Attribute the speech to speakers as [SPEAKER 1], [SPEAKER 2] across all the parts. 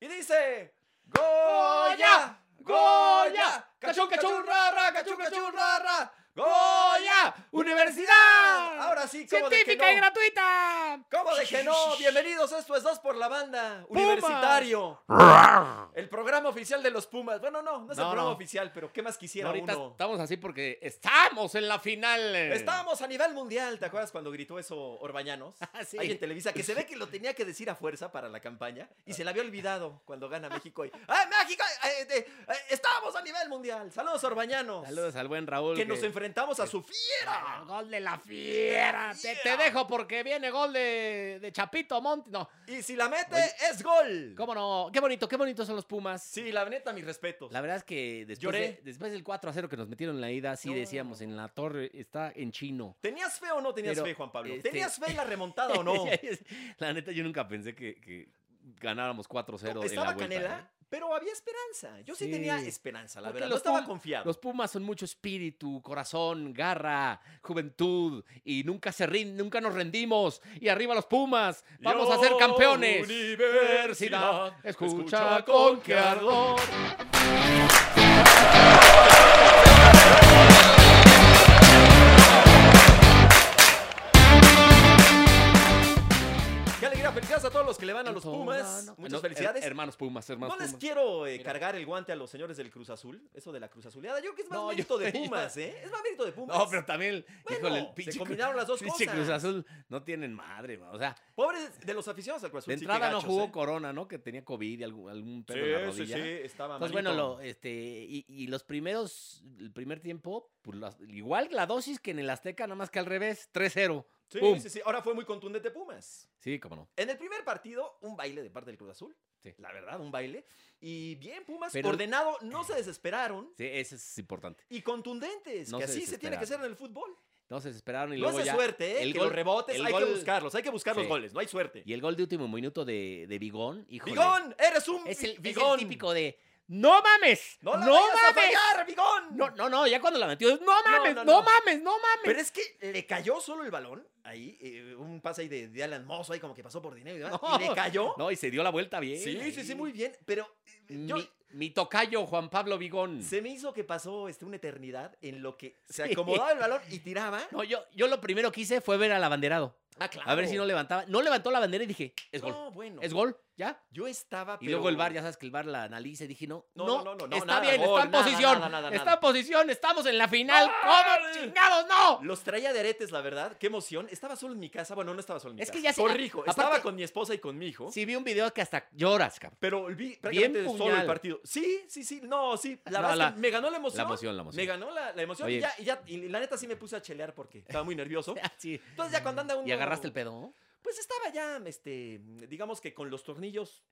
[SPEAKER 1] dice Goya, Goya, cachón, cachón, rara, cachón, cachón, rara, Goya, Universidad. Ahora sí, como de que
[SPEAKER 2] Científica y
[SPEAKER 1] no,
[SPEAKER 2] gratuita.
[SPEAKER 1] como de que no. Bienvenidos, esto es dos por la banda universitario, el programa oficial de los Pumas. Bueno, no, no es el
[SPEAKER 2] No,
[SPEAKER 1] programa
[SPEAKER 2] no.
[SPEAKER 1] oficial, pero qué más quisiera
[SPEAKER 2] Ahorita
[SPEAKER 1] uno.
[SPEAKER 2] estamos así porque estamos en la final.
[SPEAKER 1] Estábamos a nivel mundial, ¿te acuerdas cuando gritó eso Orbañanos?
[SPEAKER 2] Ah, sí.
[SPEAKER 1] Ahí en Televisa, que se ve que lo tenía que decir a fuerza para la campaña y se le había olvidado cuando gana México. Y, ¡Ah, México! eh, eh, eh, estábamos a nivel mundial. Saludos, Orbañanos.
[SPEAKER 2] Saludos al buen Raúl.
[SPEAKER 1] Que nos enfrentamos a su fiera.
[SPEAKER 2] Al Ah, Gol de la fiera. Te, te
[SPEAKER 1] Yeah.
[SPEAKER 2] dejo porque viene gol de, de Chapito Monte. No,
[SPEAKER 1] Y si la mete, es gol.
[SPEAKER 2] cómo no. Qué bonito, qué bonitos son los Pumas.
[SPEAKER 1] Sí, la neta, mis respetos.
[SPEAKER 2] La verdad es que después,
[SPEAKER 1] Lloré.
[SPEAKER 2] de- después del 4 a 0 que nos metieron en la ida, sí
[SPEAKER 1] No.
[SPEAKER 2] decíamos en la torre, está en chino.
[SPEAKER 1] ¿Tenías fe o no tenías
[SPEAKER 2] Pero,
[SPEAKER 1] fe, Juan Pablo?
[SPEAKER 2] este-
[SPEAKER 1] ¿Tenías fe en la remontada o no?
[SPEAKER 2] la neta, yo nunca pensé que, que ganáramos 4 a 0 en la
[SPEAKER 1] estaba
[SPEAKER 2] vuelta.
[SPEAKER 1] Canela,
[SPEAKER 2] ¿eh?
[SPEAKER 1] pero había esperanza. Yo sí,
[SPEAKER 2] Sí.
[SPEAKER 1] tenía esperanza, la
[SPEAKER 2] Porque
[SPEAKER 1] verdad. No
[SPEAKER 2] los
[SPEAKER 1] estaba
[SPEAKER 2] Pum-
[SPEAKER 1] confiado.
[SPEAKER 2] Los Pumas son mucho espíritu, corazón, garra, juventud y nunca se rinden, nunca nos rendimos. Y arriba los Pumas, vamos a ser campeones.
[SPEAKER 1] Universidad,
[SPEAKER 2] escucha con qué ardor.
[SPEAKER 1] Qué alegría, felicidades a todos los que le van a los
[SPEAKER 2] Entonces,
[SPEAKER 1] Pumas.
[SPEAKER 2] no, no,
[SPEAKER 1] Muchas
[SPEAKER 2] no, her-
[SPEAKER 1] felicidades.
[SPEAKER 2] Hermanos Pumas,
[SPEAKER 1] no
[SPEAKER 2] hermanos
[SPEAKER 1] les
[SPEAKER 2] Pumas.
[SPEAKER 1] quiero eh,
[SPEAKER 2] Mira.
[SPEAKER 1] cargar el guante a los señores del Cruz Azul, eso de la Cruz Azuleada. Yo creo que es más
[SPEAKER 2] No, yo-
[SPEAKER 1] mérito de
[SPEAKER 2] yo-
[SPEAKER 1] Pumas, ¿eh? Es más mérito de Pumas.
[SPEAKER 2] No, pero también,
[SPEAKER 1] Bueno,
[SPEAKER 2] híjole, el
[SPEAKER 1] se
[SPEAKER 2] pinche,
[SPEAKER 1] combinaron las dos
[SPEAKER 2] pinche Cruz
[SPEAKER 1] cosas.
[SPEAKER 2] Azul no tienen madre, ma, o sea,
[SPEAKER 1] Pobres de los aficionados al Cruz Azul.
[SPEAKER 2] de
[SPEAKER 1] sí,
[SPEAKER 2] entrada
[SPEAKER 1] qué
[SPEAKER 2] no
[SPEAKER 1] gachos,
[SPEAKER 2] jugó
[SPEAKER 1] ¿eh?
[SPEAKER 2] Corona, ¿no? Que tenía COVID y algún, algún pedo en la
[SPEAKER 1] Sí, sí,
[SPEAKER 2] rodilla.
[SPEAKER 1] sí, estaba
[SPEAKER 2] Entonces,
[SPEAKER 1] malito.
[SPEAKER 2] bueno, lo, este, y, y los primeros, el primer tiempo, pues, las- igual la dosis que en el Azteca, nada más que al revés, 3-0.
[SPEAKER 1] Sí,
[SPEAKER 2] ¡Pum!
[SPEAKER 1] sí, sí. Ahora fue muy contundente Pumas.
[SPEAKER 2] Sí, cómo no.
[SPEAKER 1] En el primer partido, un baile de parte del Cruz Azul.
[SPEAKER 2] Sí.
[SPEAKER 1] La verdad, un baile. Y bien, Pumas,
[SPEAKER 2] Pero-
[SPEAKER 1] ordenado, no se desesperaron.
[SPEAKER 2] Sí, eso es importante.
[SPEAKER 1] Y contundentes,
[SPEAKER 2] No
[SPEAKER 1] que
[SPEAKER 2] se
[SPEAKER 1] así se tiene que hacer
[SPEAKER 2] desesperaron.
[SPEAKER 1] en el fútbol.
[SPEAKER 2] No se desesperaron y
[SPEAKER 1] no es
[SPEAKER 2] luego
[SPEAKER 1] de
[SPEAKER 2] ya.
[SPEAKER 1] suerte, ¿eh?
[SPEAKER 2] el
[SPEAKER 1] que
[SPEAKER 2] gol-
[SPEAKER 1] los rebotes
[SPEAKER 2] el
[SPEAKER 1] hay que
[SPEAKER 2] gol-
[SPEAKER 1] buscarlos, hay que buscar los
[SPEAKER 2] Sí.
[SPEAKER 1] goles, no hay suerte.
[SPEAKER 2] Y el gol de último minuto de, de Bigón, híjole.
[SPEAKER 1] ¡Bigón! ¡Eres un
[SPEAKER 2] Es el, es el
[SPEAKER 1] bigón!
[SPEAKER 2] típico de. ¡No mames!
[SPEAKER 1] ¡No, la
[SPEAKER 2] ¡No,
[SPEAKER 1] vayas
[SPEAKER 2] mames!
[SPEAKER 1] a fallar, bigón!
[SPEAKER 2] No, no, no, ya cuando la metió, no mames,
[SPEAKER 1] no,
[SPEAKER 2] no,
[SPEAKER 1] no.
[SPEAKER 2] mames, no mames.
[SPEAKER 1] Pero es que le cayó solo el balón, ahí, eh, un pase ahí de, de Alan Mosso, ahí como que pasó por dinero y demás,
[SPEAKER 2] No.
[SPEAKER 1] y le cayó.
[SPEAKER 2] No, y se dio la vuelta bien.
[SPEAKER 1] sí, sí, sí,
[SPEAKER 2] ahí.
[SPEAKER 1] muy bien, pero eh, yo-
[SPEAKER 2] Mi, mi tocayo, Juan Pablo Vigón.
[SPEAKER 1] se me hizo que pasó este, una eternidad en lo que se
[SPEAKER 2] Mm. Sí.
[SPEAKER 1] acomodaba el balón y tiraba.
[SPEAKER 2] No, yo, yo lo primero que hice fue ver al abanderado.
[SPEAKER 1] ah, claro.
[SPEAKER 2] A ver si no levantaba. No levantó la bandera y dije, es gol.
[SPEAKER 1] No, bueno.
[SPEAKER 2] Es gol, ya.
[SPEAKER 1] Yo estaba,
[SPEAKER 2] Y luego el
[SPEAKER 1] pero-
[SPEAKER 2] bar, ya sabes que el bar la analiza y dije, no,
[SPEAKER 1] No,
[SPEAKER 2] no,
[SPEAKER 1] no, no, no,
[SPEAKER 2] está
[SPEAKER 1] nada,
[SPEAKER 2] bien,
[SPEAKER 1] gol,
[SPEAKER 2] está en
[SPEAKER 1] nada,
[SPEAKER 2] posición.
[SPEAKER 1] nada, nada,
[SPEAKER 2] está
[SPEAKER 1] nada.
[SPEAKER 2] en posición, estamos en la final.
[SPEAKER 1] ¡Ah!
[SPEAKER 2] ¿Cómo chingados? ¡No!
[SPEAKER 1] Los traía de aretes, la verdad. Qué emoción. Estaba solo en mi casa. Bueno, no estaba solo en mi
[SPEAKER 2] Es
[SPEAKER 1] casa.
[SPEAKER 2] que ya se-
[SPEAKER 1] Corrijo.
[SPEAKER 2] aparte-
[SPEAKER 1] estaba con mi esposa y con mi hijo.
[SPEAKER 2] Sí, vi un video que hasta lloras, cabrón.
[SPEAKER 1] Pero vi prácticamente solo
[SPEAKER 2] puñal.
[SPEAKER 1] el partido. Sí, sí, sí. No, sí. La
[SPEAKER 2] No,
[SPEAKER 1] verdad es que
[SPEAKER 2] la-
[SPEAKER 1] me ganó la emoción.
[SPEAKER 2] la emoción, la emoción.
[SPEAKER 1] Me ganó la, la emoción.
[SPEAKER 2] Oye.
[SPEAKER 1] Y, ya, y ya- y la neta sí me puse a chelear porque estaba muy nervioso.
[SPEAKER 2] Ah, Sí.
[SPEAKER 1] Entonces ya cuando anda uno...
[SPEAKER 2] Y agarraste el pedo.
[SPEAKER 1] Pues estaba ya, este, digamos que con los tornillos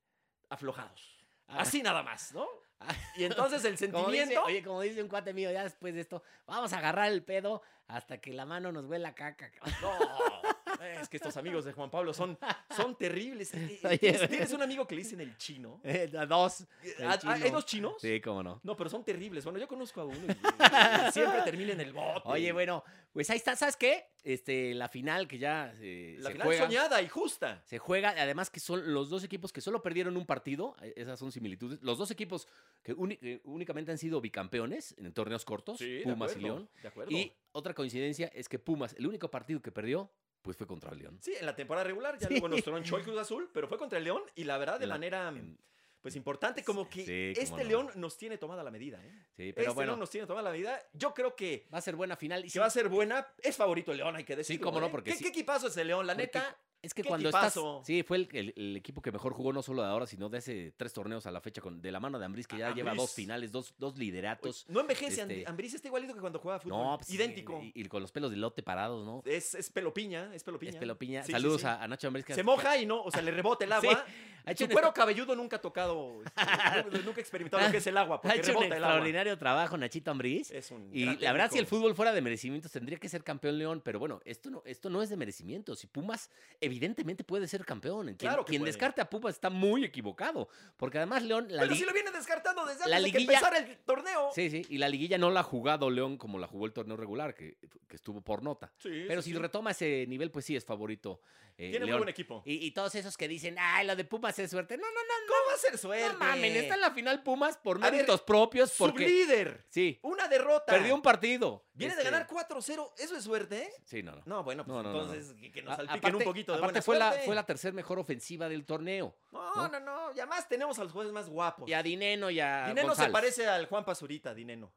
[SPEAKER 1] aflojados.
[SPEAKER 2] Ah.
[SPEAKER 1] Así nada más, ¿no?
[SPEAKER 2] Ah.
[SPEAKER 1] Y entonces el
[SPEAKER 2] Como dice,
[SPEAKER 1] sentimiento...
[SPEAKER 2] oye, como dice un cuate mío, ya después de esto, vamos a agarrar el pedo hasta que la mano nos huela a caca. cabrón.
[SPEAKER 1] No, es que estos amigos de Juan Pablo son, son terribles. Eh, eh,
[SPEAKER 2] Oye.
[SPEAKER 1] ¿Tienes, tienes un amigo que le dicen el chino?
[SPEAKER 2] Eh, a dos.
[SPEAKER 1] Eh,
[SPEAKER 2] El
[SPEAKER 1] ¿a- a- ¿Hay
[SPEAKER 2] chino.
[SPEAKER 1] dos chinos?
[SPEAKER 2] Sí, cómo no.
[SPEAKER 1] No, pero son terribles. Bueno, yo conozco a uno y, eh, siempre termina en el bote.
[SPEAKER 2] Oye, bueno, pues ahí está, ¿sabes qué? Este, la final que ya eh,
[SPEAKER 1] La
[SPEAKER 2] se
[SPEAKER 1] final
[SPEAKER 2] juega.
[SPEAKER 1] soñada y justa.
[SPEAKER 2] Se juega, además que son los dos equipos que solo perdieron un partido, eh, esas son similitudes. Los dos equipos que, uni- que únicamente han sido bicampeones en torneos cortos, Pumas y León.
[SPEAKER 1] De acuerdo.
[SPEAKER 2] Y otra coincidencia es que Pumas, el único partido que perdió, pues fue contra el León.
[SPEAKER 1] Sí, en la temporada regular ya
[SPEAKER 2] Sí.
[SPEAKER 1] luego nos tronchó el Cruz Azul, pero fue contra el León y la verdad de
[SPEAKER 2] En la-
[SPEAKER 1] manera
[SPEAKER 2] en-
[SPEAKER 1] pues importante como que
[SPEAKER 2] Sí, cómo
[SPEAKER 1] este
[SPEAKER 2] no.
[SPEAKER 1] León nos tiene tomada la medida, ¿eh?
[SPEAKER 2] Sí, pero
[SPEAKER 1] este
[SPEAKER 2] bueno,
[SPEAKER 1] León nos tiene tomada la medida. Yo creo que
[SPEAKER 2] va a ser buena final. Y
[SPEAKER 1] que
[SPEAKER 2] sí,
[SPEAKER 1] va a ser buena. Es favorito el León, hay que decirlo.
[SPEAKER 2] cómo no,
[SPEAKER 1] ¿eh?
[SPEAKER 2] porque
[SPEAKER 1] ¿Qué,
[SPEAKER 2] sí.
[SPEAKER 1] qué equipazo es el León? La
[SPEAKER 2] Porque-
[SPEAKER 1] neta,
[SPEAKER 2] Es que
[SPEAKER 1] ¡Qué
[SPEAKER 2] cuando estás.
[SPEAKER 1] equipazo!
[SPEAKER 2] Sí, fue el, el- el equipo que mejor jugó, no solo de ahora, sino de hace tres torneos a la fecha, con, de la mano de Ambriz, que ya lleva
[SPEAKER 1] Ah,
[SPEAKER 2] dos
[SPEAKER 1] Ambriz.
[SPEAKER 2] finales, dos, dos lideratos.
[SPEAKER 1] no envejece. Ambris
[SPEAKER 2] este-
[SPEAKER 1] está igualito que cuando jugaba fútbol.
[SPEAKER 2] no, pues,
[SPEAKER 1] Idéntico.
[SPEAKER 2] Y, y con los pelos de lote parados, ¿no?
[SPEAKER 1] es, es pelopiña, es pelopiña.
[SPEAKER 2] Es pelopiña.
[SPEAKER 1] Sí, sí,
[SPEAKER 2] Saludos
[SPEAKER 1] sí.
[SPEAKER 2] A, a Nacho Ambriz. que-
[SPEAKER 1] Se moja y no, o sea, le rebota el
[SPEAKER 2] Sí,
[SPEAKER 1] agua.
[SPEAKER 2] Ha hecho
[SPEAKER 1] Su
[SPEAKER 2] un
[SPEAKER 1] cuero
[SPEAKER 2] extra-
[SPEAKER 1] cabelludo nunca ha tocado, este, nunca ha experimentado lo que es el agua,
[SPEAKER 2] ha
[SPEAKER 1] porque
[SPEAKER 2] hecho un
[SPEAKER 1] rebota el agua. Eh,
[SPEAKER 2] extraordinario trabajo Nachito Ambriz.
[SPEAKER 1] Es un
[SPEAKER 2] Y
[SPEAKER 1] gran
[SPEAKER 2] la verdad, si el
[SPEAKER 1] técnico.
[SPEAKER 2] fútbol fuera de merecimientos, tendría que ser campeón León. Pero bueno, esto no, esto no es de merecimientos. Y Pumas, evidentemente, puede ser campeón. Quien,
[SPEAKER 1] Claro que
[SPEAKER 2] quien
[SPEAKER 1] puede.
[SPEAKER 2] descarte a Pumas está muy equivocado. Porque además, León, la
[SPEAKER 1] Pero
[SPEAKER 2] liga.
[SPEAKER 1] si lo viene descartando desde
[SPEAKER 2] la
[SPEAKER 1] antes de que
[SPEAKER 2] liguilla-
[SPEAKER 1] empezara el torneo.
[SPEAKER 2] Sí, sí, y la liguilla no la ha jugado León como la jugó el torneo regular, que, que estuvo por nota.
[SPEAKER 1] Sí,
[SPEAKER 2] Pero
[SPEAKER 1] sí,
[SPEAKER 2] si
[SPEAKER 1] sí.
[SPEAKER 2] retoma ese nivel, pues sí es favorito. eh,
[SPEAKER 1] Tiene muy
[SPEAKER 2] León.
[SPEAKER 1] buen equipo.
[SPEAKER 2] Y, y todos esos que dicen, ay, lo de Pumas hacer suerte. No, no, no.
[SPEAKER 1] ¿Cómo va a ser
[SPEAKER 2] No,
[SPEAKER 1] suerte?
[SPEAKER 2] no mamen, está en la final Pumas por
[SPEAKER 1] A ver,
[SPEAKER 2] méritos propios. Porque,
[SPEAKER 1] Sublíder.
[SPEAKER 2] Sí,
[SPEAKER 1] Una derrota.
[SPEAKER 2] perdió un partido.
[SPEAKER 1] Viene
[SPEAKER 2] Este,
[SPEAKER 1] de ganar 4-0. ¿Eso es suerte?
[SPEAKER 2] Sí, no, no.
[SPEAKER 1] No, bueno, pues
[SPEAKER 2] No, no, no,
[SPEAKER 1] entonces que- que nos
[SPEAKER 2] A-
[SPEAKER 1] salpiquen un
[SPEAKER 2] aparte-
[SPEAKER 1] poquito de
[SPEAKER 2] aparte
[SPEAKER 1] buena
[SPEAKER 2] fue la,
[SPEAKER 1] suerte.
[SPEAKER 2] fue la tercer mejor ofensiva del torneo.
[SPEAKER 1] No, no, no. Y además tenemos a los jueces más guapos.
[SPEAKER 2] Y a Dineno y a
[SPEAKER 1] Pues Dineno se
[SPEAKER 2] González.
[SPEAKER 1] parece al Juan Pazurita, Dineno.